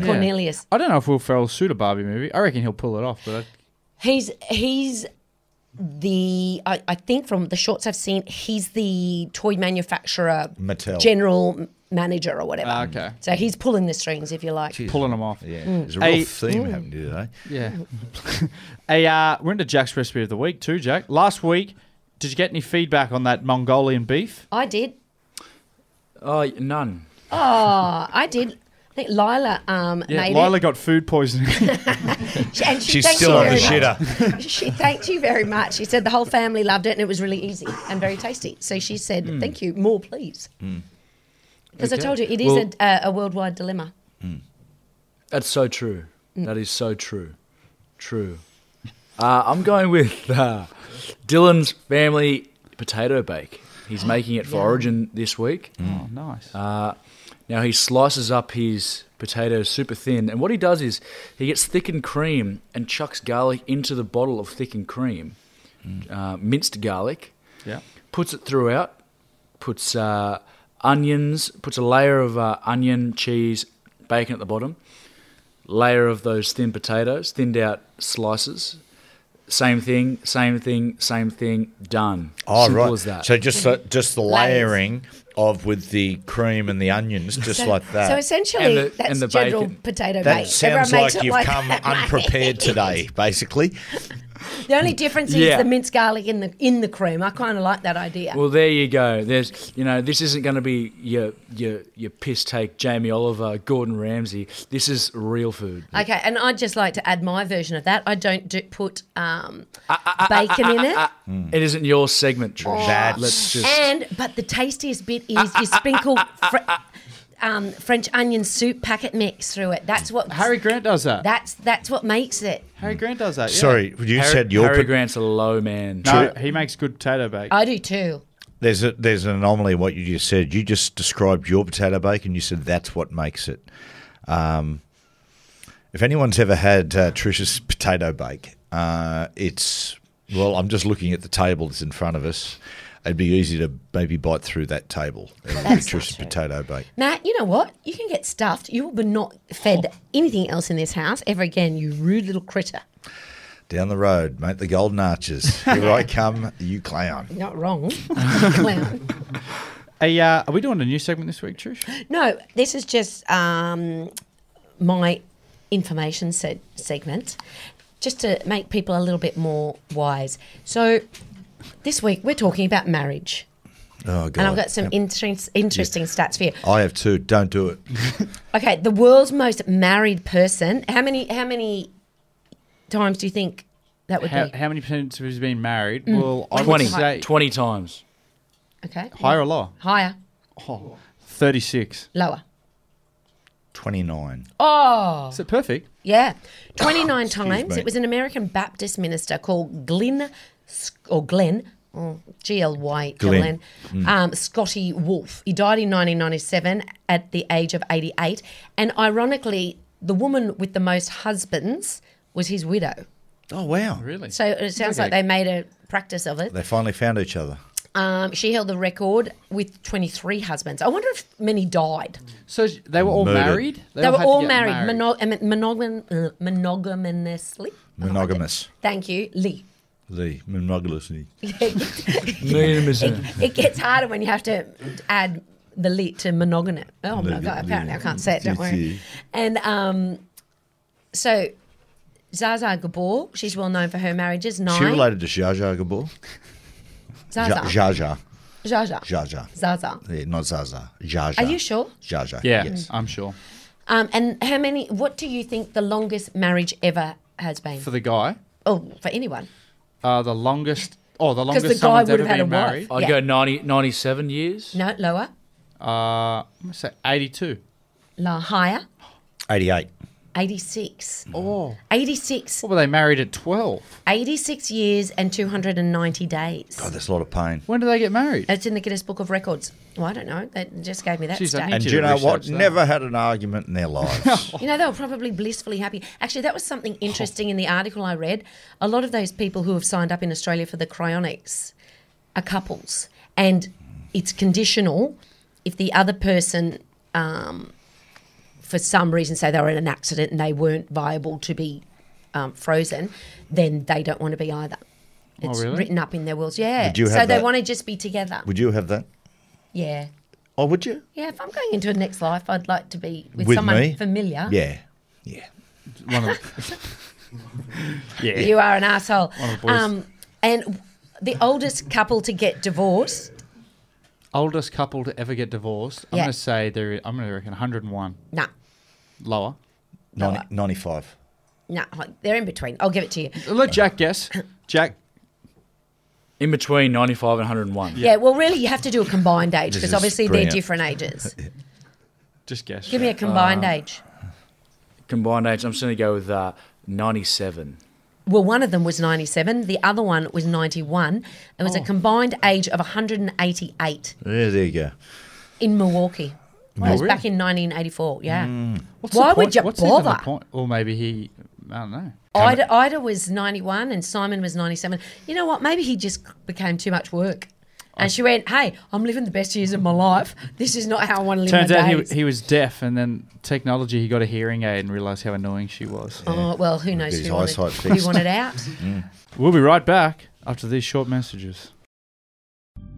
Speaker 8: Cornelius.
Speaker 6: I don't know if Will Ferrell suit a Barbie movie. I reckon he'll pull it off, but
Speaker 8: He's he's the I, I think from the shorts I've seen, he's the toy manufacturer
Speaker 3: Mattel.
Speaker 8: general manager or whatever.
Speaker 6: Ah, okay.
Speaker 8: So he's pulling the strings, if you like.
Speaker 6: Pulling them off.
Speaker 8: Mm.
Speaker 3: Yeah, there's a real
Speaker 6: Hey-
Speaker 3: theme happening today.
Speaker 6: Yeah. hey, uh, we're into Jack's recipe of the week too, Jack. Last week, did you get any feedback on that Mongolian beef?
Speaker 8: I did.
Speaker 7: Oh, y- none.
Speaker 8: Uh, I did. I think Lila um,
Speaker 6: Yeah,
Speaker 8: made
Speaker 6: Lila
Speaker 8: it.
Speaker 6: got food poisoning.
Speaker 8: She- And she
Speaker 3: She's
Speaker 8: thanked
Speaker 3: still
Speaker 8: you
Speaker 3: on the
Speaker 8: very much.
Speaker 3: shitter.
Speaker 8: She thanked you very much. She said the whole family loved it and it was really easy and very tasty. So she said,
Speaker 6: Hmm.
Speaker 8: thank you, more please.
Speaker 3: Hmm.
Speaker 8: Because
Speaker 7: Okay.
Speaker 8: I told you, it is
Speaker 7: Well-
Speaker 8: a, a, a worldwide dilemma.
Speaker 7: That's so true. That is so true. True. Uh, I'm going with uh, Dylan's family potato bake. He's making it for Origin this week.
Speaker 3: Mm.
Speaker 6: oh, nice.
Speaker 7: Uh, now he slices up his potatoes super thin, and what he does is he gets thickened cream and chucks garlic into the bottle of thickened cream,
Speaker 3: Mm.
Speaker 7: uh, minced garlic.
Speaker 6: yeah.
Speaker 7: Puts it throughout. Puts uh, onions. Puts a layer of uh, onion, cheese, bacon at the bottom. Layer of those thin potatoes, thinned out slices. Same thing, same thing, same thing. Done.
Speaker 3: Oh
Speaker 7: Simple
Speaker 3: right.
Speaker 7: as that.
Speaker 3: So just the, just the
Speaker 8: Layers.
Speaker 3: layering of with the cream and the onions, just
Speaker 8: So,
Speaker 3: like that.
Speaker 8: so essentially,
Speaker 7: And the-
Speaker 8: that's
Speaker 7: and the
Speaker 8: general
Speaker 7: bacon.
Speaker 8: potato
Speaker 3: that
Speaker 8: bake.
Speaker 3: sounds
Speaker 8: Everyone makes
Speaker 3: like
Speaker 8: it
Speaker 3: you've come
Speaker 8: that, mate.
Speaker 3: unprepared today, basically.
Speaker 8: The only difference is
Speaker 7: Yeah.
Speaker 8: the minced garlic in the in the cream. I kind of like that idea.
Speaker 7: Well, there you go. There's, you know, this isn't going to be your your your piss take, Jamie Oliver, Gordon Ramsay. This is real food.
Speaker 8: okay, and I'd just like to add my version of that. I don't do, put um,
Speaker 7: Ah,
Speaker 8: bacon in it.
Speaker 7: It isn't your segment, Trish.
Speaker 3: Hmm. That's-
Speaker 7: Let's just.
Speaker 8: And but the tastiest bit
Speaker 7: Ah,
Speaker 8: is you sprinkle fr- um, French onion soup packet mix through it. That's what
Speaker 6: Harry Grant does that.
Speaker 8: That's that's what makes it.
Speaker 6: Harry Grant does that. Yeah.
Speaker 3: Sorry, you
Speaker 7: Harry,
Speaker 3: said your
Speaker 7: Harry
Speaker 3: pot-
Speaker 7: Grant's a low man.
Speaker 6: No, he makes good potato bake.
Speaker 8: I do too.
Speaker 3: there's a, there's an anomaly in what you just said. You just described your potato bacon. You said that's what makes it. Um, if anyone's ever had uh, Trish's potato bake, uh, it's well. I'm just looking at the table that's in front of us. It'd be easy to maybe bite through that table. It would be
Speaker 8: That's not
Speaker 3: Trish's
Speaker 8: true.
Speaker 3: potato bake.
Speaker 8: Matt, you know what? You can get stuffed. You will be not fed
Speaker 6: Oh.
Speaker 8: anything else in this house ever again, you rude little critter.
Speaker 3: Down the road, mate, the golden arches. Here I come, you clown.
Speaker 8: You're Not wrong. Clown.
Speaker 6: Hey, uh, are we doing a new segment this week, Trish?
Speaker 8: No, this is just um, my information se- segment, just to make people a little bit more wise. So, this week we're talking about marriage,
Speaker 3: Oh god.
Speaker 8: and I've got some interest interesting stats for you.
Speaker 3: I have two. Don't do it.
Speaker 8: Okay, the world's most married person. How many? How many times do you think that would
Speaker 6: How,
Speaker 8: be?
Speaker 6: how many percent of has been married?
Speaker 8: Mm.
Speaker 6: Well, I would
Speaker 7: 20,
Speaker 6: say
Speaker 7: 20 times.
Speaker 8: Okay,
Speaker 6: higher or lower?
Speaker 8: higher,
Speaker 6: Thirty-six.
Speaker 8: lower.
Speaker 3: Twenty nine.
Speaker 8: Oh,
Speaker 6: Is it perfect?
Speaker 8: yeah, twenty-nine times.
Speaker 3: me.
Speaker 8: It was an American Baptist minister called Glenn, Sc- or Glenn, oh, G L Y
Speaker 3: Glenn.
Speaker 8: Glenn, um, Scotty Wolf. He died in 1997 at the age of 88, and ironically, the woman with the most husbands was his widow.
Speaker 3: Oh wow.
Speaker 6: Really?
Speaker 8: So it sounds like
Speaker 6: Okay.
Speaker 8: they made a practice of it.
Speaker 3: They finally found each other.
Speaker 8: Um, she held the record with 23 husbands. I wonder if many died.
Speaker 6: So they were all
Speaker 3: Murdered.
Speaker 6: married.
Speaker 8: They were
Speaker 6: had to
Speaker 8: all
Speaker 6: get
Speaker 8: married, Mono- uh, monogam- uh, monogamously.
Speaker 3: Monogamous.
Speaker 8: Thank you, Lee.
Speaker 3: The monogamously.
Speaker 7: Million
Speaker 8: It gets harder when you have to add the lit to monogamous. Oh my god! Apparently, I can't say it. Don't worry. And um, so Zaza Gabor, she's well known for her marriages. Nine.
Speaker 3: She related to Zsa Zsa Gabor.
Speaker 8: Zaza.
Speaker 3: Zsa Zsa.
Speaker 8: Zaza.
Speaker 3: Zsa Zsa.
Speaker 8: Zaza.
Speaker 3: Yeah, not Zaza. Zsa Zsa.
Speaker 8: Are you sure?
Speaker 3: Zsa Zsa.
Speaker 6: Yeah,
Speaker 3: Yes.
Speaker 6: I'm sure.
Speaker 8: Um, and how many? What do you think the longest marriage ever has been?
Speaker 6: For the guy,
Speaker 8: oh, for anyone.
Speaker 6: uh, the longest. Oh, the
Speaker 8: the
Speaker 6: longest
Speaker 8: guy
Speaker 6: someone's
Speaker 8: would
Speaker 6: ever
Speaker 8: have had
Speaker 6: been
Speaker 8: a wife.
Speaker 6: married.
Speaker 7: I'd
Speaker 8: Yeah.
Speaker 7: go 90, 97 years.
Speaker 8: No, lower.
Speaker 6: Uh, I'm gonna say eighty-two.
Speaker 8: La higher.
Speaker 3: 88.
Speaker 8: 86.
Speaker 6: Oh,
Speaker 8: 86.
Speaker 6: what were they married at twelve?
Speaker 8: 86 years and 290 days.
Speaker 3: Oh, that's a lot of pain.
Speaker 6: When did they get married?
Speaker 8: It's in the Guinness Book of Records. Well, I don't know. They just gave me that
Speaker 6: Jeez, I
Speaker 8: stat.
Speaker 6: need
Speaker 3: And
Speaker 6: you
Speaker 3: do you
Speaker 6: to
Speaker 3: know what?
Speaker 6: research that.
Speaker 3: Never had an argument in their lives.
Speaker 8: You know, they were probably blissfully happy. Actually, that was something interesting in the article I read. A lot of those people who have signed up in Australia for the cryonics are couples, and it's conditional if the other person, um, for some reason, say they were in an accident and they weren't viable to be um, frozen, then they don't want to be either. It's
Speaker 6: really?
Speaker 8: written up in their wills. Yeah.
Speaker 3: Would you
Speaker 8: so
Speaker 3: have
Speaker 8: they
Speaker 3: that?
Speaker 8: want to just be together.
Speaker 3: Would you have that?
Speaker 8: yeah.
Speaker 3: Oh, would you?
Speaker 5: Yeah, if I'm going into a next life, I'd like to be with,
Speaker 3: With
Speaker 5: someone
Speaker 3: me?
Speaker 5: familiar.
Speaker 3: Yeah. Yeah.
Speaker 6: One of the, yeah.
Speaker 5: You are an asshole.
Speaker 6: of the boys.
Speaker 5: Um,
Speaker 8: And the oldest couple to get divorced.
Speaker 6: Oldest couple to ever get divorced. I'm
Speaker 8: Yeah.
Speaker 6: going to say they're, I'm going to reckon 101.
Speaker 8: Nah,
Speaker 6: Lower.
Speaker 3: 90, 95.
Speaker 8: nah, like, they're in between. I'll give it to you.
Speaker 6: Let Jack guess. Jack,
Speaker 7: In between 95 and 101.
Speaker 8: Yeah, well, really, you have to do a combined age
Speaker 3: This
Speaker 8: because
Speaker 3: is
Speaker 8: obviously
Speaker 3: brilliant.
Speaker 8: they're different ages.
Speaker 6: just guess.
Speaker 8: Give me a combined
Speaker 3: Uh.
Speaker 8: age.
Speaker 7: Combined age, I'm just going to go with uh, 97.
Speaker 8: Well, one of them was 97, the other one was 91. It
Speaker 3: Oh.
Speaker 8: was a combined age of 188
Speaker 3: Yeah, there you go.
Speaker 8: in Milwaukee. it was
Speaker 6: really?
Speaker 8: back in 1984, yeah.
Speaker 3: Hmm.
Speaker 6: What's
Speaker 8: Why
Speaker 6: the
Speaker 8: would
Speaker 6: point-
Speaker 8: you
Speaker 6: what's even the
Speaker 8: bother?
Speaker 6: point? Or maybe he, I don't know.
Speaker 8: Ida, Ida was 91 and Simon was 97. You know what? Maybe he just became too much work. And she went, hey, I'm living the best years of my life. This is not how I want to live
Speaker 6: Turns
Speaker 8: my
Speaker 6: out
Speaker 8: days.
Speaker 6: he, he was deaf, and then technology, he got a hearing aid and realised how annoying she was.
Speaker 8: oh, well, who knows
Speaker 3: his
Speaker 8: who wanted,
Speaker 3: eyesight
Speaker 8: who
Speaker 3: fixed.
Speaker 8: wanted out.
Speaker 6: We'll be right back after these short messages.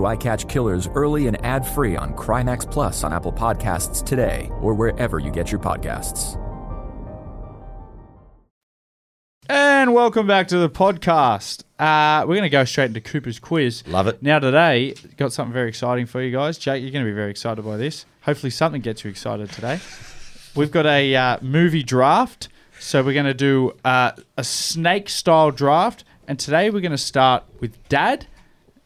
Speaker 9: I Catch Killers early and ad free on Crimex Plus on Apple Podcasts today or wherever you get your podcasts.
Speaker 6: And welcome back to the podcast. Uh, we're going to go straight into Cooper's quiz.
Speaker 3: Love it.
Speaker 6: Now, today, got something very exciting for you guys. Jake, you're going to be very excited by this. Hopefully, something gets you excited today. We've got a uh, movie draft. So, we're going to do uh, a snake style draft. And today, we're going to start with Dad.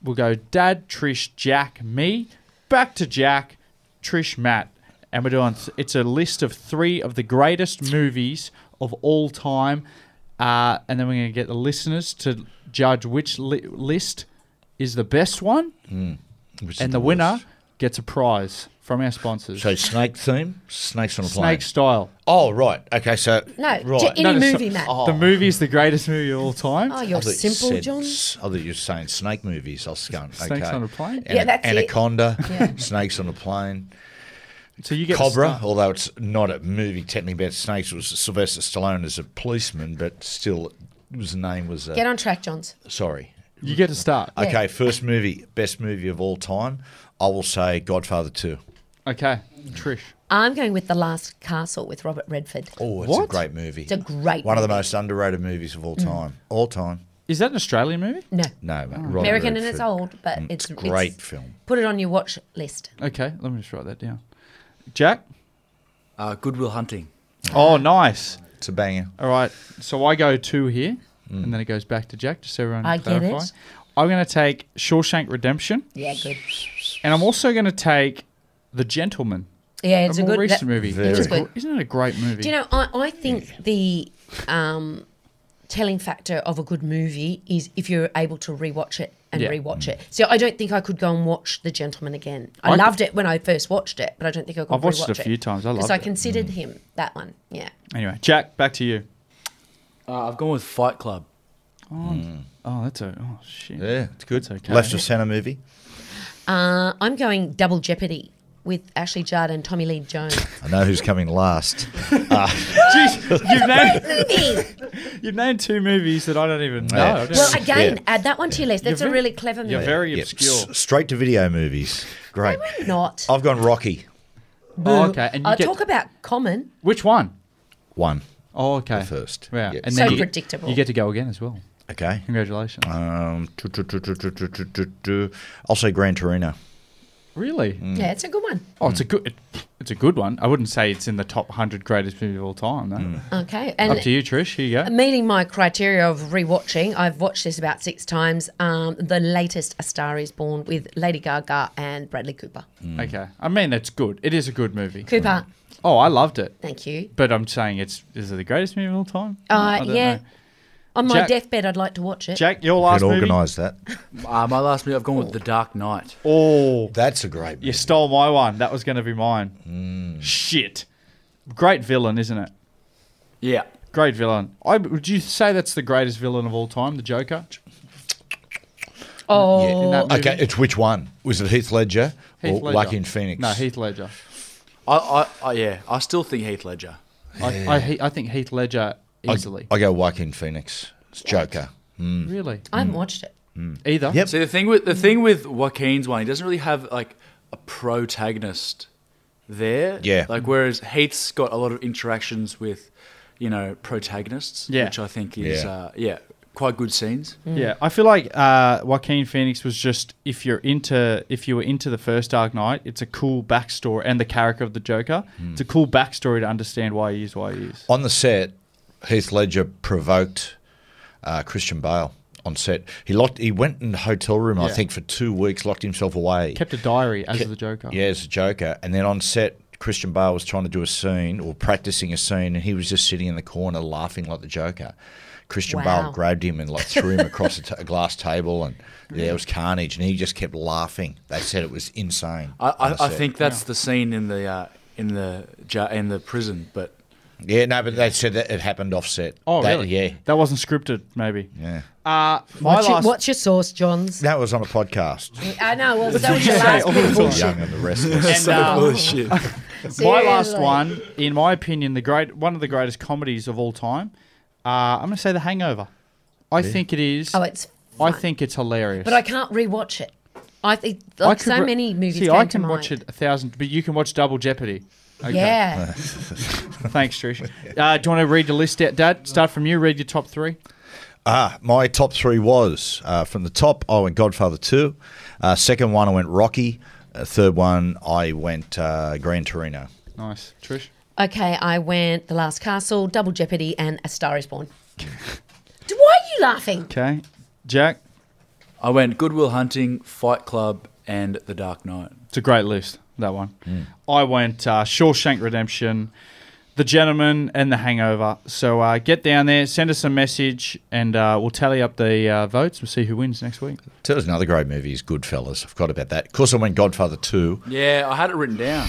Speaker 6: We'll go Dad, Trish, Jack, me. Back to Jack, Trish, Matt. And we're doing it's a list of three of the greatest movies of all time. Uh, and then we're going to get the listeners to judge which li- list is the best one.
Speaker 3: Which is
Speaker 6: and the
Speaker 3: worst.
Speaker 6: winner gets a prize from our sponsors.
Speaker 3: So snake theme, snakes on a plane.
Speaker 6: Snake style.
Speaker 3: Oh right, okay. So
Speaker 5: no,
Speaker 3: right.
Speaker 5: j- any
Speaker 6: No, no, so-
Speaker 5: movie, Matt. Oh,
Speaker 6: The movie is the greatest movie of all time.
Speaker 8: Oh,
Speaker 5: you're
Speaker 3: thought you
Speaker 5: simple,
Speaker 3: said
Speaker 5: John.
Speaker 3: s- I thought you were saying snake movies. I was going, okay.
Speaker 6: Snakes on a plane?
Speaker 3: Ana-
Speaker 5: Yeah, that's it.
Speaker 3: Anaconda, snakes on a plane.
Speaker 6: so you get
Speaker 3: Cobra,
Speaker 6: sta-
Speaker 3: although it's not a movie technically about snakes, it was Sylvester Stallone as a policeman, but still, his name was. Uh,
Speaker 5: Get on track, Johns.
Speaker 3: sorry.
Speaker 6: you get to start.
Speaker 3: Okay, first movie, best movie of all time. I will say Godfather 2.
Speaker 6: Okay, Trish.
Speaker 8: I'm going with The Last Castle with Robert Redford.
Speaker 3: Oh, it's a
Speaker 6: What?
Speaker 3: great movie.
Speaker 8: It's a great Mm.
Speaker 3: One of the most underrated movies of all time. All time.
Speaker 6: Is that an Australian movie?
Speaker 8: No,
Speaker 3: No, mate. Robert
Speaker 8: Oh. American and it's
Speaker 3: Redford.
Speaker 8: old, but it's it's-
Speaker 3: Great film.
Speaker 8: Put it on your watch list.
Speaker 6: Okay, let me just write that down. Jack.
Speaker 7: Uh, Goodwill Hunting.
Speaker 6: Oh, nice.
Speaker 3: It's a banger.
Speaker 6: All right, so I go two here, and then it goes back to Jack. Just so everyone
Speaker 8: I
Speaker 6: can
Speaker 8: get it.
Speaker 6: clarify. I'm going to take Shawshank Redemption,
Speaker 8: Yeah, good.
Speaker 6: and I'm also going to take The Gentleman.
Speaker 8: Yeah, it's a,
Speaker 6: more
Speaker 8: good.
Speaker 6: recent
Speaker 8: that-
Speaker 6: movie.
Speaker 3: Very
Speaker 8: is good.
Speaker 6: Isn't it a great movie?
Speaker 8: Do you know? I, I think the um, telling factor of a good movie is if you're able to rewatch it and
Speaker 6: Yeah.
Speaker 8: rewatch it. So I don't think I could go and watch The Gentleman again. I,
Speaker 6: I-
Speaker 8: loved it when I first watched it, but I don't think I could.
Speaker 6: I've watched it a
Speaker 8: rewatch
Speaker 6: few times. I
Speaker 8: 'Cause
Speaker 6: loved
Speaker 8: I
Speaker 6: it. Mm.
Speaker 8: considered him that one. Yeah.
Speaker 6: Anyway, Jack, back to you.
Speaker 7: Uh, I've gone with Fight Club.
Speaker 6: Oh, that's a oh shit.
Speaker 3: Yeah, it's good.
Speaker 6: That's okay.
Speaker 3: Left of Center movie.
Speaker 8: Uh, I'm going Double Jeopardy with Ashley Judd and Tommy Lee Jones.
Speaker 3: I know who's coming last.
Speaker 6: Jeez, you've named
Speaker 8: Movie.
Speaker 6: you've named two movies that I don't even know.
Speaker 3: Yeah.
Speaker 6: I don't-
Speaker 8: well, again,
Speaker 3: Yeah.
Speaker 8: add that one to your list. That's
Speaker 6: You're
Speaker 8: a
Speaker 6: very-
Speaker 8: really clever movie.
Speaker 6: you're very
Speaker 3: Yeah,
Speaker 6: obscure.
Speaker 3: s- straight to video movies. Great.
Speaker 8: Not.
Speaker 3: I've gone Rocky.
Speaker 6: Oh, okay, and you
Speaker 8: I'll
Speaker 6: get
Speaker 8: Uh, talk about Common.
Speaker 6: which one?
Speaker 3: One.
Speaker 6: Oh, okay.
Speaker 3: The first.
Speaker 6: Yeah,
Speaker 3: Yeah.
Speaker 6: and
Speaker 8: So
Speaker 6: then you,
Speaker 8: predictable.
Speaker 6: You get to go again as well.
Speaker 3: Okay.
Speaker 6: Congratulations.
Speaker 3: Um, tu- tu- tu- tu- tu- tu- tu- tu- tu. I'll say Gran Torino.
Speaker 6: really?
Speaker 3: Mm.
Speaker 8: Yeah, it's a good one.
Speaker 6: Oh, it's a good. It, it's a good one. I wouldn't say it's in the top hundred greatest movies of all time. Though.
Speaker 3: Mm.
Speaker 8: Okay. And
Speaker 6: Up to you, Trish. Here you go.
Speaker 8: meeting my criteria of rewatching, I've watched this about six times. Um, the latest A Star Is Born with Lady Gaga and Bradley Cooper.
Speaker 3: Mm.
Speaker 6: Okay. I mean, it's good. It is a good movie.
Speaker 8: Cooper,
Speaker 6: Oh, I loved it.
Speaker 8: thank you.
Speaker 6: But I'm saying it's is it the greatest movie of all time?
Speaker 8: Uh,
Speaker 6: I don't
Speaker 8: yeah.
Speaker 6: know.
Speaker 8: On my
Speaker 7: Jack-
Speaker 8: deathbed, I'd like to watch it.
Speaker 6: Jack, your last
Speaker 3: Could
Speaker 6: movie.
Speaker 3: organise that.
Speaker 7: Uh, my last movie, I've gone with The Dark Knight.
Speaker 6: Oh,
Speaker 3: that's a great.
Speaker 6: You stole my one. That was going to be
Speaker 3: Mm.
Speaker 6: mine. Shit. Great villain, isn't it?
Speaker 7: Yeah.
Speaker 6: Great villain. I would you say that's the greatest villain of all time, the Joker?
Speaker 8: Oh,
Speaker 6: In that movie?
Speaker 3: Okay, it's which one? Was it Heath Ledger
Speaker 6: Heath
Speaker 3: or
Speaker 6: Ledger.
Speaker 3: Joaquin Phoenix?
Speaker 6: No, Heath Ledger.
Speaker 7: I, I, I yeah, I still think Heath Ledger.
Speaker 6: I, I, he- I think Heath Ledger easily.
Speaker 3: I, I go Joaquin Phoenix. It's Joker. Mm.
Speaker 6: really?
Speaker 8: I haven't watched it.
Speaker 6: Either.
Speaker 7: See the thing with the thing with Joaquin's one, he doesn't really have like a protagonist there.
Speaker 3: Yeah.
Speaker 7: Like whereas Heath's got a lot of interactions with, you know, protagonists.
Speaker 6: Yeah.
Speaker 7: Which I think is
Speaker 6: Yeah.
Speaker 7: uh, yeah, quite good scenes.
Speaker 6: Yeah, I feel like uh, Joaquin Phoenix was just if you're into if you were into the first Dark Knight, it's a cool backstory and the character of the Joker.
Speaker 3: Hmm.
Speaker 6: It's a cool backstory to understand why he is why he is.
Speaker 3: On the set, Heath Ledger provoked uh, Christian Bale on set. He locked. He went in the hotel room, I
Speaker 6: Yeah.
Speaker 3: think, for two weeks, locked himself away.
Speaker 6: Kept a diary as
Speaker 3: Ke-
Speaker 6: the Joker.
Speaker 3: Yeah, as a Joker. And then on set, Christian Bale was trying to do a scene or practicing a scene, and he was just sitting in the corner laughing like the Joker. Christian
Speaker 10: Wow.
Speaker 3: Bale grabbed him and like threw him across a, t- a glass table, and yeah, it was carnage. And he just kept laughing. They said it was insane.
Speaker 7: I,
Speaker 3: on
Speaker 7: I, I
Speaker 3: set.
Speaker 7: think that's the scene in the uh, in the ja- in the prison, but
Speaker 3: yeah, no, but they said that it happened offset.
Speaker 6: Oh,
Speaker 3: That-
Speaker 6: really?
Speaker 3: Yeah,
Speaker 6: that wasn't scripted. Maybe.
Speaker 3: Yeah,
Speaker 6: Uh, my
Speaker 8: What's, your,
Speaker 6: last.
Speaker 8: what's your source, Johns?
Speaker 3: that was on a podcast.
Speaker 8: I know. Well, so was your
Speaker 6: Yeah.
Speaker 8: last
Speaker 6: All the
Speaker 8: bit.
Speaker 6: time.
Speaker 8: bullshit.
Speaker 3: Young and the
Speaker 6: And,
Speaker 3: Restless.
Speaker 7: um,
Speaker 6: uh,
Speaker 7: Bullshit.
Speaker 6: my last
Speaker 8: Seriously.
Speaker 6: one, in my opinion, the great one of the greatest comedies of all time. Uh, I'm going to say The Hangover. I
Speaker 8: Yeah.
Speaker 6: think it is.
Speaker 8: Oh, it's
Speaker 6: I
Speaker 8: fine.
Speaker 6: think it's hilarious.
Speaker 8: But I can't rewatch it. I think
Speaker 6: I
Speaker 8: like
Speaker 6: could
Speaker 8: so
Speaker 6: re-
Speaker 8: many movies.
Speaker 6: See,
Speaker 8: came
Speaker 6: I
Speaker 8: to
Speaker 6: can
Speaker 8: mind.
Speaker 6: watch it a thousand, but you can watch Double Jeopardy.
Speaker 8: Yeah.
Speaker 6: Thanks, Trish. Uh, do you want to read your list out, Dad? Start from you. Read your top three.
Speaker 3: Ah, my top three was uh, from the top. I went Godfather two. Uh, second one, I went Rocky. Uh, third one, I went uh, Gran Torino.
Speaker 6: Nice, Trish.
Speaker 8: Okay, I went The Last Castle, Double Jeopardy, and A Star Is Born. Do- Why are you laughing?
Speaker 6: Okay, Jack.
Speaker 7: I went Goodwill Hunting, Fight Club, and The Dark Knight.
Speaker 6: It's a great list. That one.
Speaker 3: Mm.
Speaker 6: I went uh, Shawshank Redemption, The Gentleman, and The Hangover. So uh, get down there, send us a message, and uh, we'll tally up the uh, votes. We'll see who wins next week.
Speaker 3: Tell us another great movie is Goodfellas. I forgot about that. Of course, I went Godfather two.
Speaker 7: Yeah, I had it written down.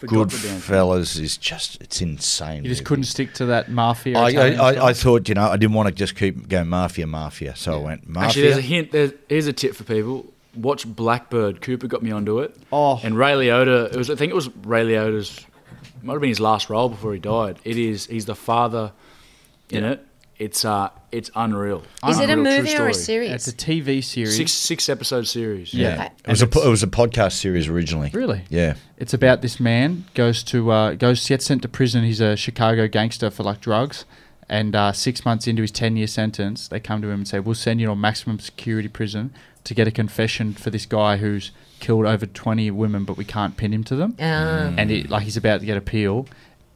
Speaker 7: Forgot the damn thing.
Speaker 3: Goodfellas is just it's insane.
Speaker 6: You just
Speaker 3: movie.
Speaker 6: couldn't stick to that mafia.
Speaker 3: I,
Speaker 6: Italian
Speaker 3: I, I, I
Speaker 6: style.
Speaker 3: thought you know I didn't want to just keep going mafia mafia, so I went mafia.
Speaker 7: Actually, there's a hint. There's, here's a tip for people: watch Blackbird. Cooper got me onto it.
Speaker 6: Oh.
Speaker 7: and Ray Liotta. It was. I think it was Ray Liotta's. Might have been his last role before he died. It is. He's the father in it. It's uh, it's unreal.
Speaker 8: Is it a
Speaker 7: Unreal, true
Speaker 8: movie or a
Speaker 7: story.
Speaker 8: series?
Speaker 6: It's a TV series.
Speaker 7: Six six episode series.
Speaker 6: Yeah.
Speaker 3: it was a po- it was a podcast series originally.
Speaker 6: Really?
Speaker 3: Yeah.
Speaker 6: It's about this man goes to uh, goes gets sent to prison. He's a Chicago gangster for like drugs, and uh, six months into his ten year sentence, they come to him and say, "We'll send you to a maximum security prison to get a confession for this guy who's killed over twenty women, but we can't pin him to them."
Speaker 8: Ah.
Speaker 6: And it, like he's about to get appeal,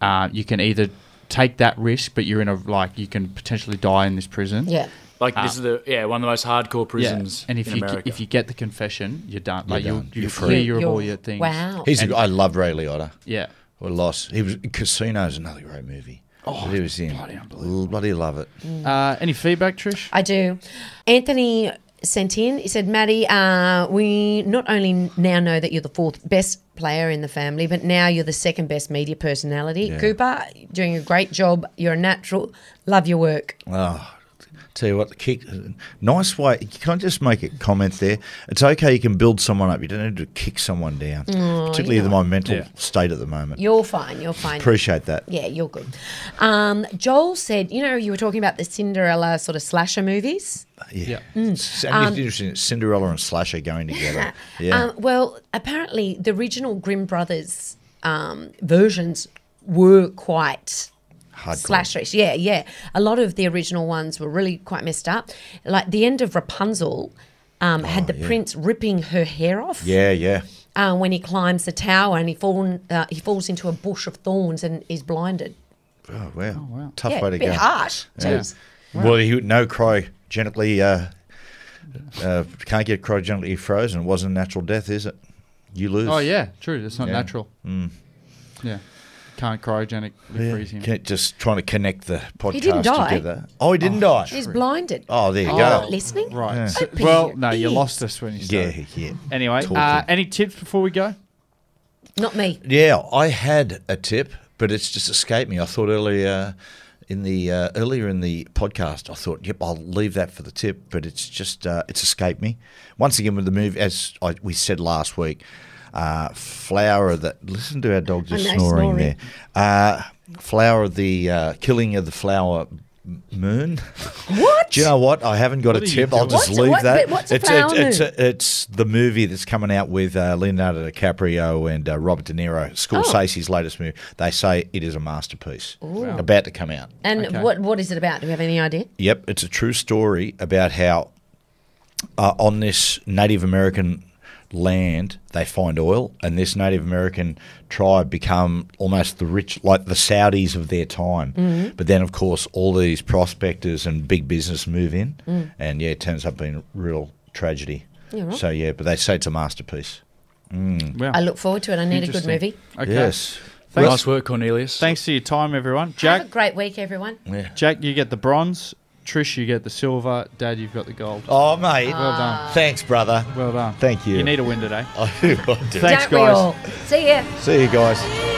Speaker 6: uh, you can either take that risk, but you're in a like you can potentially die in this prison.
Speaker 8: Yeah.
Speaker 7: Like
Speaker 6: Uh,
Speaker 7: this is the yeah one of the most hardcore prisons.
Speaker 6: yeah, and if
Speaker 7: in
Speaker 6: you
Speaker 7: America.
Speaker 6: if you get the confession, you're done.
Speaker 3: You're
Speaker 6: Like you're,
Speaker 3: done.
Speaker 6: you're,
Speaker 3: You're
Speaker 6: free.
Speaker 3: free.
Speaker 6: You're, all
Speaker 8: You're-
Speaker 6: your things.
Speaker 8: wow.
Speaker 3: He's.
Speaker 6: And-
Speaker 3: a, I love Ray Liotta.
Speaker 6: Yeah.
Speaker 3: Or Loss. He was Casino's another great movie.
Speaker 6: Oh,
Speaker 3: he was in. Bloody, love it.
Speaker 6: Uh, any feedback, Trish?
Speaker 8: I do. Anthony sent in. He said, Maddie, uh, we not only now know that you're the fourth best player in the family, but now you're the second best media personality.
Speaker 3: Yeah.
Speaker 8: Cooper, doing a great job. You're a natural. Love your work.
Speaker 3: Oh, tell you what, the kick. Nice way. Can I just make a comment there? It's okay. You can build someone up. You don't need to kick someone down,
Speaker 8: Oh,
Speaker 3: particularly
Speaker 8: yeah.
Speaker 3: in my mental
Speaker 6: Yeah.
Speaker 3: state at the moment.
Speaker 8: You're fine. You're fine.
Speaker 3: Appreciate that.
Speaker 8: Yeah, you're good. Um, Joel said, you know, you were talking about the Cinderella sort of slasher movies.
Speaker 3: Yeah.
Speaker 8: Mm.
Speaker 3: S- And
Speaker 8: Um,
Speaker 3: it's interesting. it's Cinderella and Slasher going together. Yeah.
Speaker 8: Um, well, apparently the original Grimm Brothers um, versions were quite
Speaker 3: Hardcore.
Speaker 8: slasherish. Yeah, yeah. A lot of the original ones were really quite messed up. Like the end of Rapunzel um, had the
Speaker 3: Oh, yeah.
Speaker 8: prince ripping her hair off.
Speaker 3: yeah. Yeah.
Speaker 8: Uh, when he climbs the tower and he fallen, uh, he falls into a bush of thorns and is blinded.
Speaker 3: Oh wow. Tough
Speaker 8: Yeah,
Speaker 3: way to
Speaker 8: bit
Speaker 3: go.
Speaker 8: harsh. Jeez.
Speaker 3: Well, he would- no cryogenically uh, uh, can't get cryogenically frozen. It wasn't a natural death, is it? You lose.
Speaker 6: Oh yeah, true. Oh, It's not
Speaker 3: Yeah.
Speaker 6: natural.
Speaker 3: Mm.
Speaker 6: Yeah. can't cryogenic freeze him.
Speaker 3: Can't- Just trying to connect the podcast
Speaker 5: didn't die.
Speaker 3: together. Oh, he didn't die.
Speaker 5: He's blinded.
Speaker 3: Oh, there you
Speaker 5: Are
Speaker 3: go.
Speaker 5: not listening?
Speaker 6: Right.
Speaker 3: Yeah.
Speaker 6: So-
Speaker 5: Open
Speaker 6: well,
Speaker 5: your
Speaker 6: no, you
Speaker 5: ears.
Speaker 6: lost us when you started.
Speaker 3: Yeah, yeah.
Speaker 6: Anyway, uh,
Speaker 3: Talking.
Speaker 6: any tips before we go?
Speaker 5: Not me.
Speaker 3: Yeah, I had a tip, but it's just escaped me. I thought earlier in the uh, earlier in the podcast, I thought, yep, I'll leave that for the tip, but it's just uh, it's escaped me. Once again, with the move, as I, we said last week, uh, flower of the listen to our dog just
Speaker 5: I know,
Speaker 3: snoring,
Speaker 5: snoring.
Speaker 3: there. Uh, flower of the uh, killing of the flower m- moon.
Speaker 5: What?
Speaker 3: Do you know what? I haven't got
Speaker 6: What
Speaker 3: a
Speaker 6: are you
Speaker 3: tip. I'll
Speaker 6: doing?
Speaker 3: just
Speaker 5: What's-
Speaker 3: leave
Speaker 5: what-
Speaker 3: that.
Speaker 5: but what's a
Speaker 3: it's,
Speaker 5: flower
Speaker 3: it's,
Speaker 5: moon?
Speaker 3: it's, it's the movie that's coming out with uh, Leonardo DiCaprio and uh, Robert De Niro. Scorsese's latest movie. They say it is a masterpiece. About to come out.
Speaker 5: And
Speaker 6: Okay.
Speaker 5: what what is it about? Do we have any idea?
Speaker 3: Yep, it's a true story about how uh, on this Native American land they find oil, and this Native American tribe become almost the rich, like the Saudis of their time.
Speaker 5: Mm-hmm.
Speaker 3: But then, of course, all these prospectors and big business move in, and yeah, it turns up being real tragedy.
Speaker 5: Mm. Yeah, right.
Speaker 3: So yeah, but they say it's a masterpiece.
Speaker 6: Well,
Speaker 5: I look forward to it. I need a good
Speaker 6: Interesting.
Speaker 5: movie.
Speaker 6: okay.
Speaker 3: Yes.
Speaker 6: Thanks,
Speaker 7: Nice work, Cornelius.
Speaker 6: thanks for your time, everyone.
Speaker 5: Have
Speaker 6: Jack,
Speaker 5: a great week, everyone.
Speaker 6: Jack, you get the bronze. Trish, you get the silver. Dad, you've got the gold.
Speaker 3: Oh mate,
Speaker 6: Well
Speaker 5: Ah.
Speaker 6: done.
Speaker 3: thanks, brother.
Speaker 6: Well done.
Speaker 3: Thank you.
Speaker 6: You need a win today.
Speaker 3: I do.
Speaker 6: Thanks,
Speaker 5: Don't we
Speaker 6: guys.
Speaker 5: all? See ya.
Speaker 3: See you guys.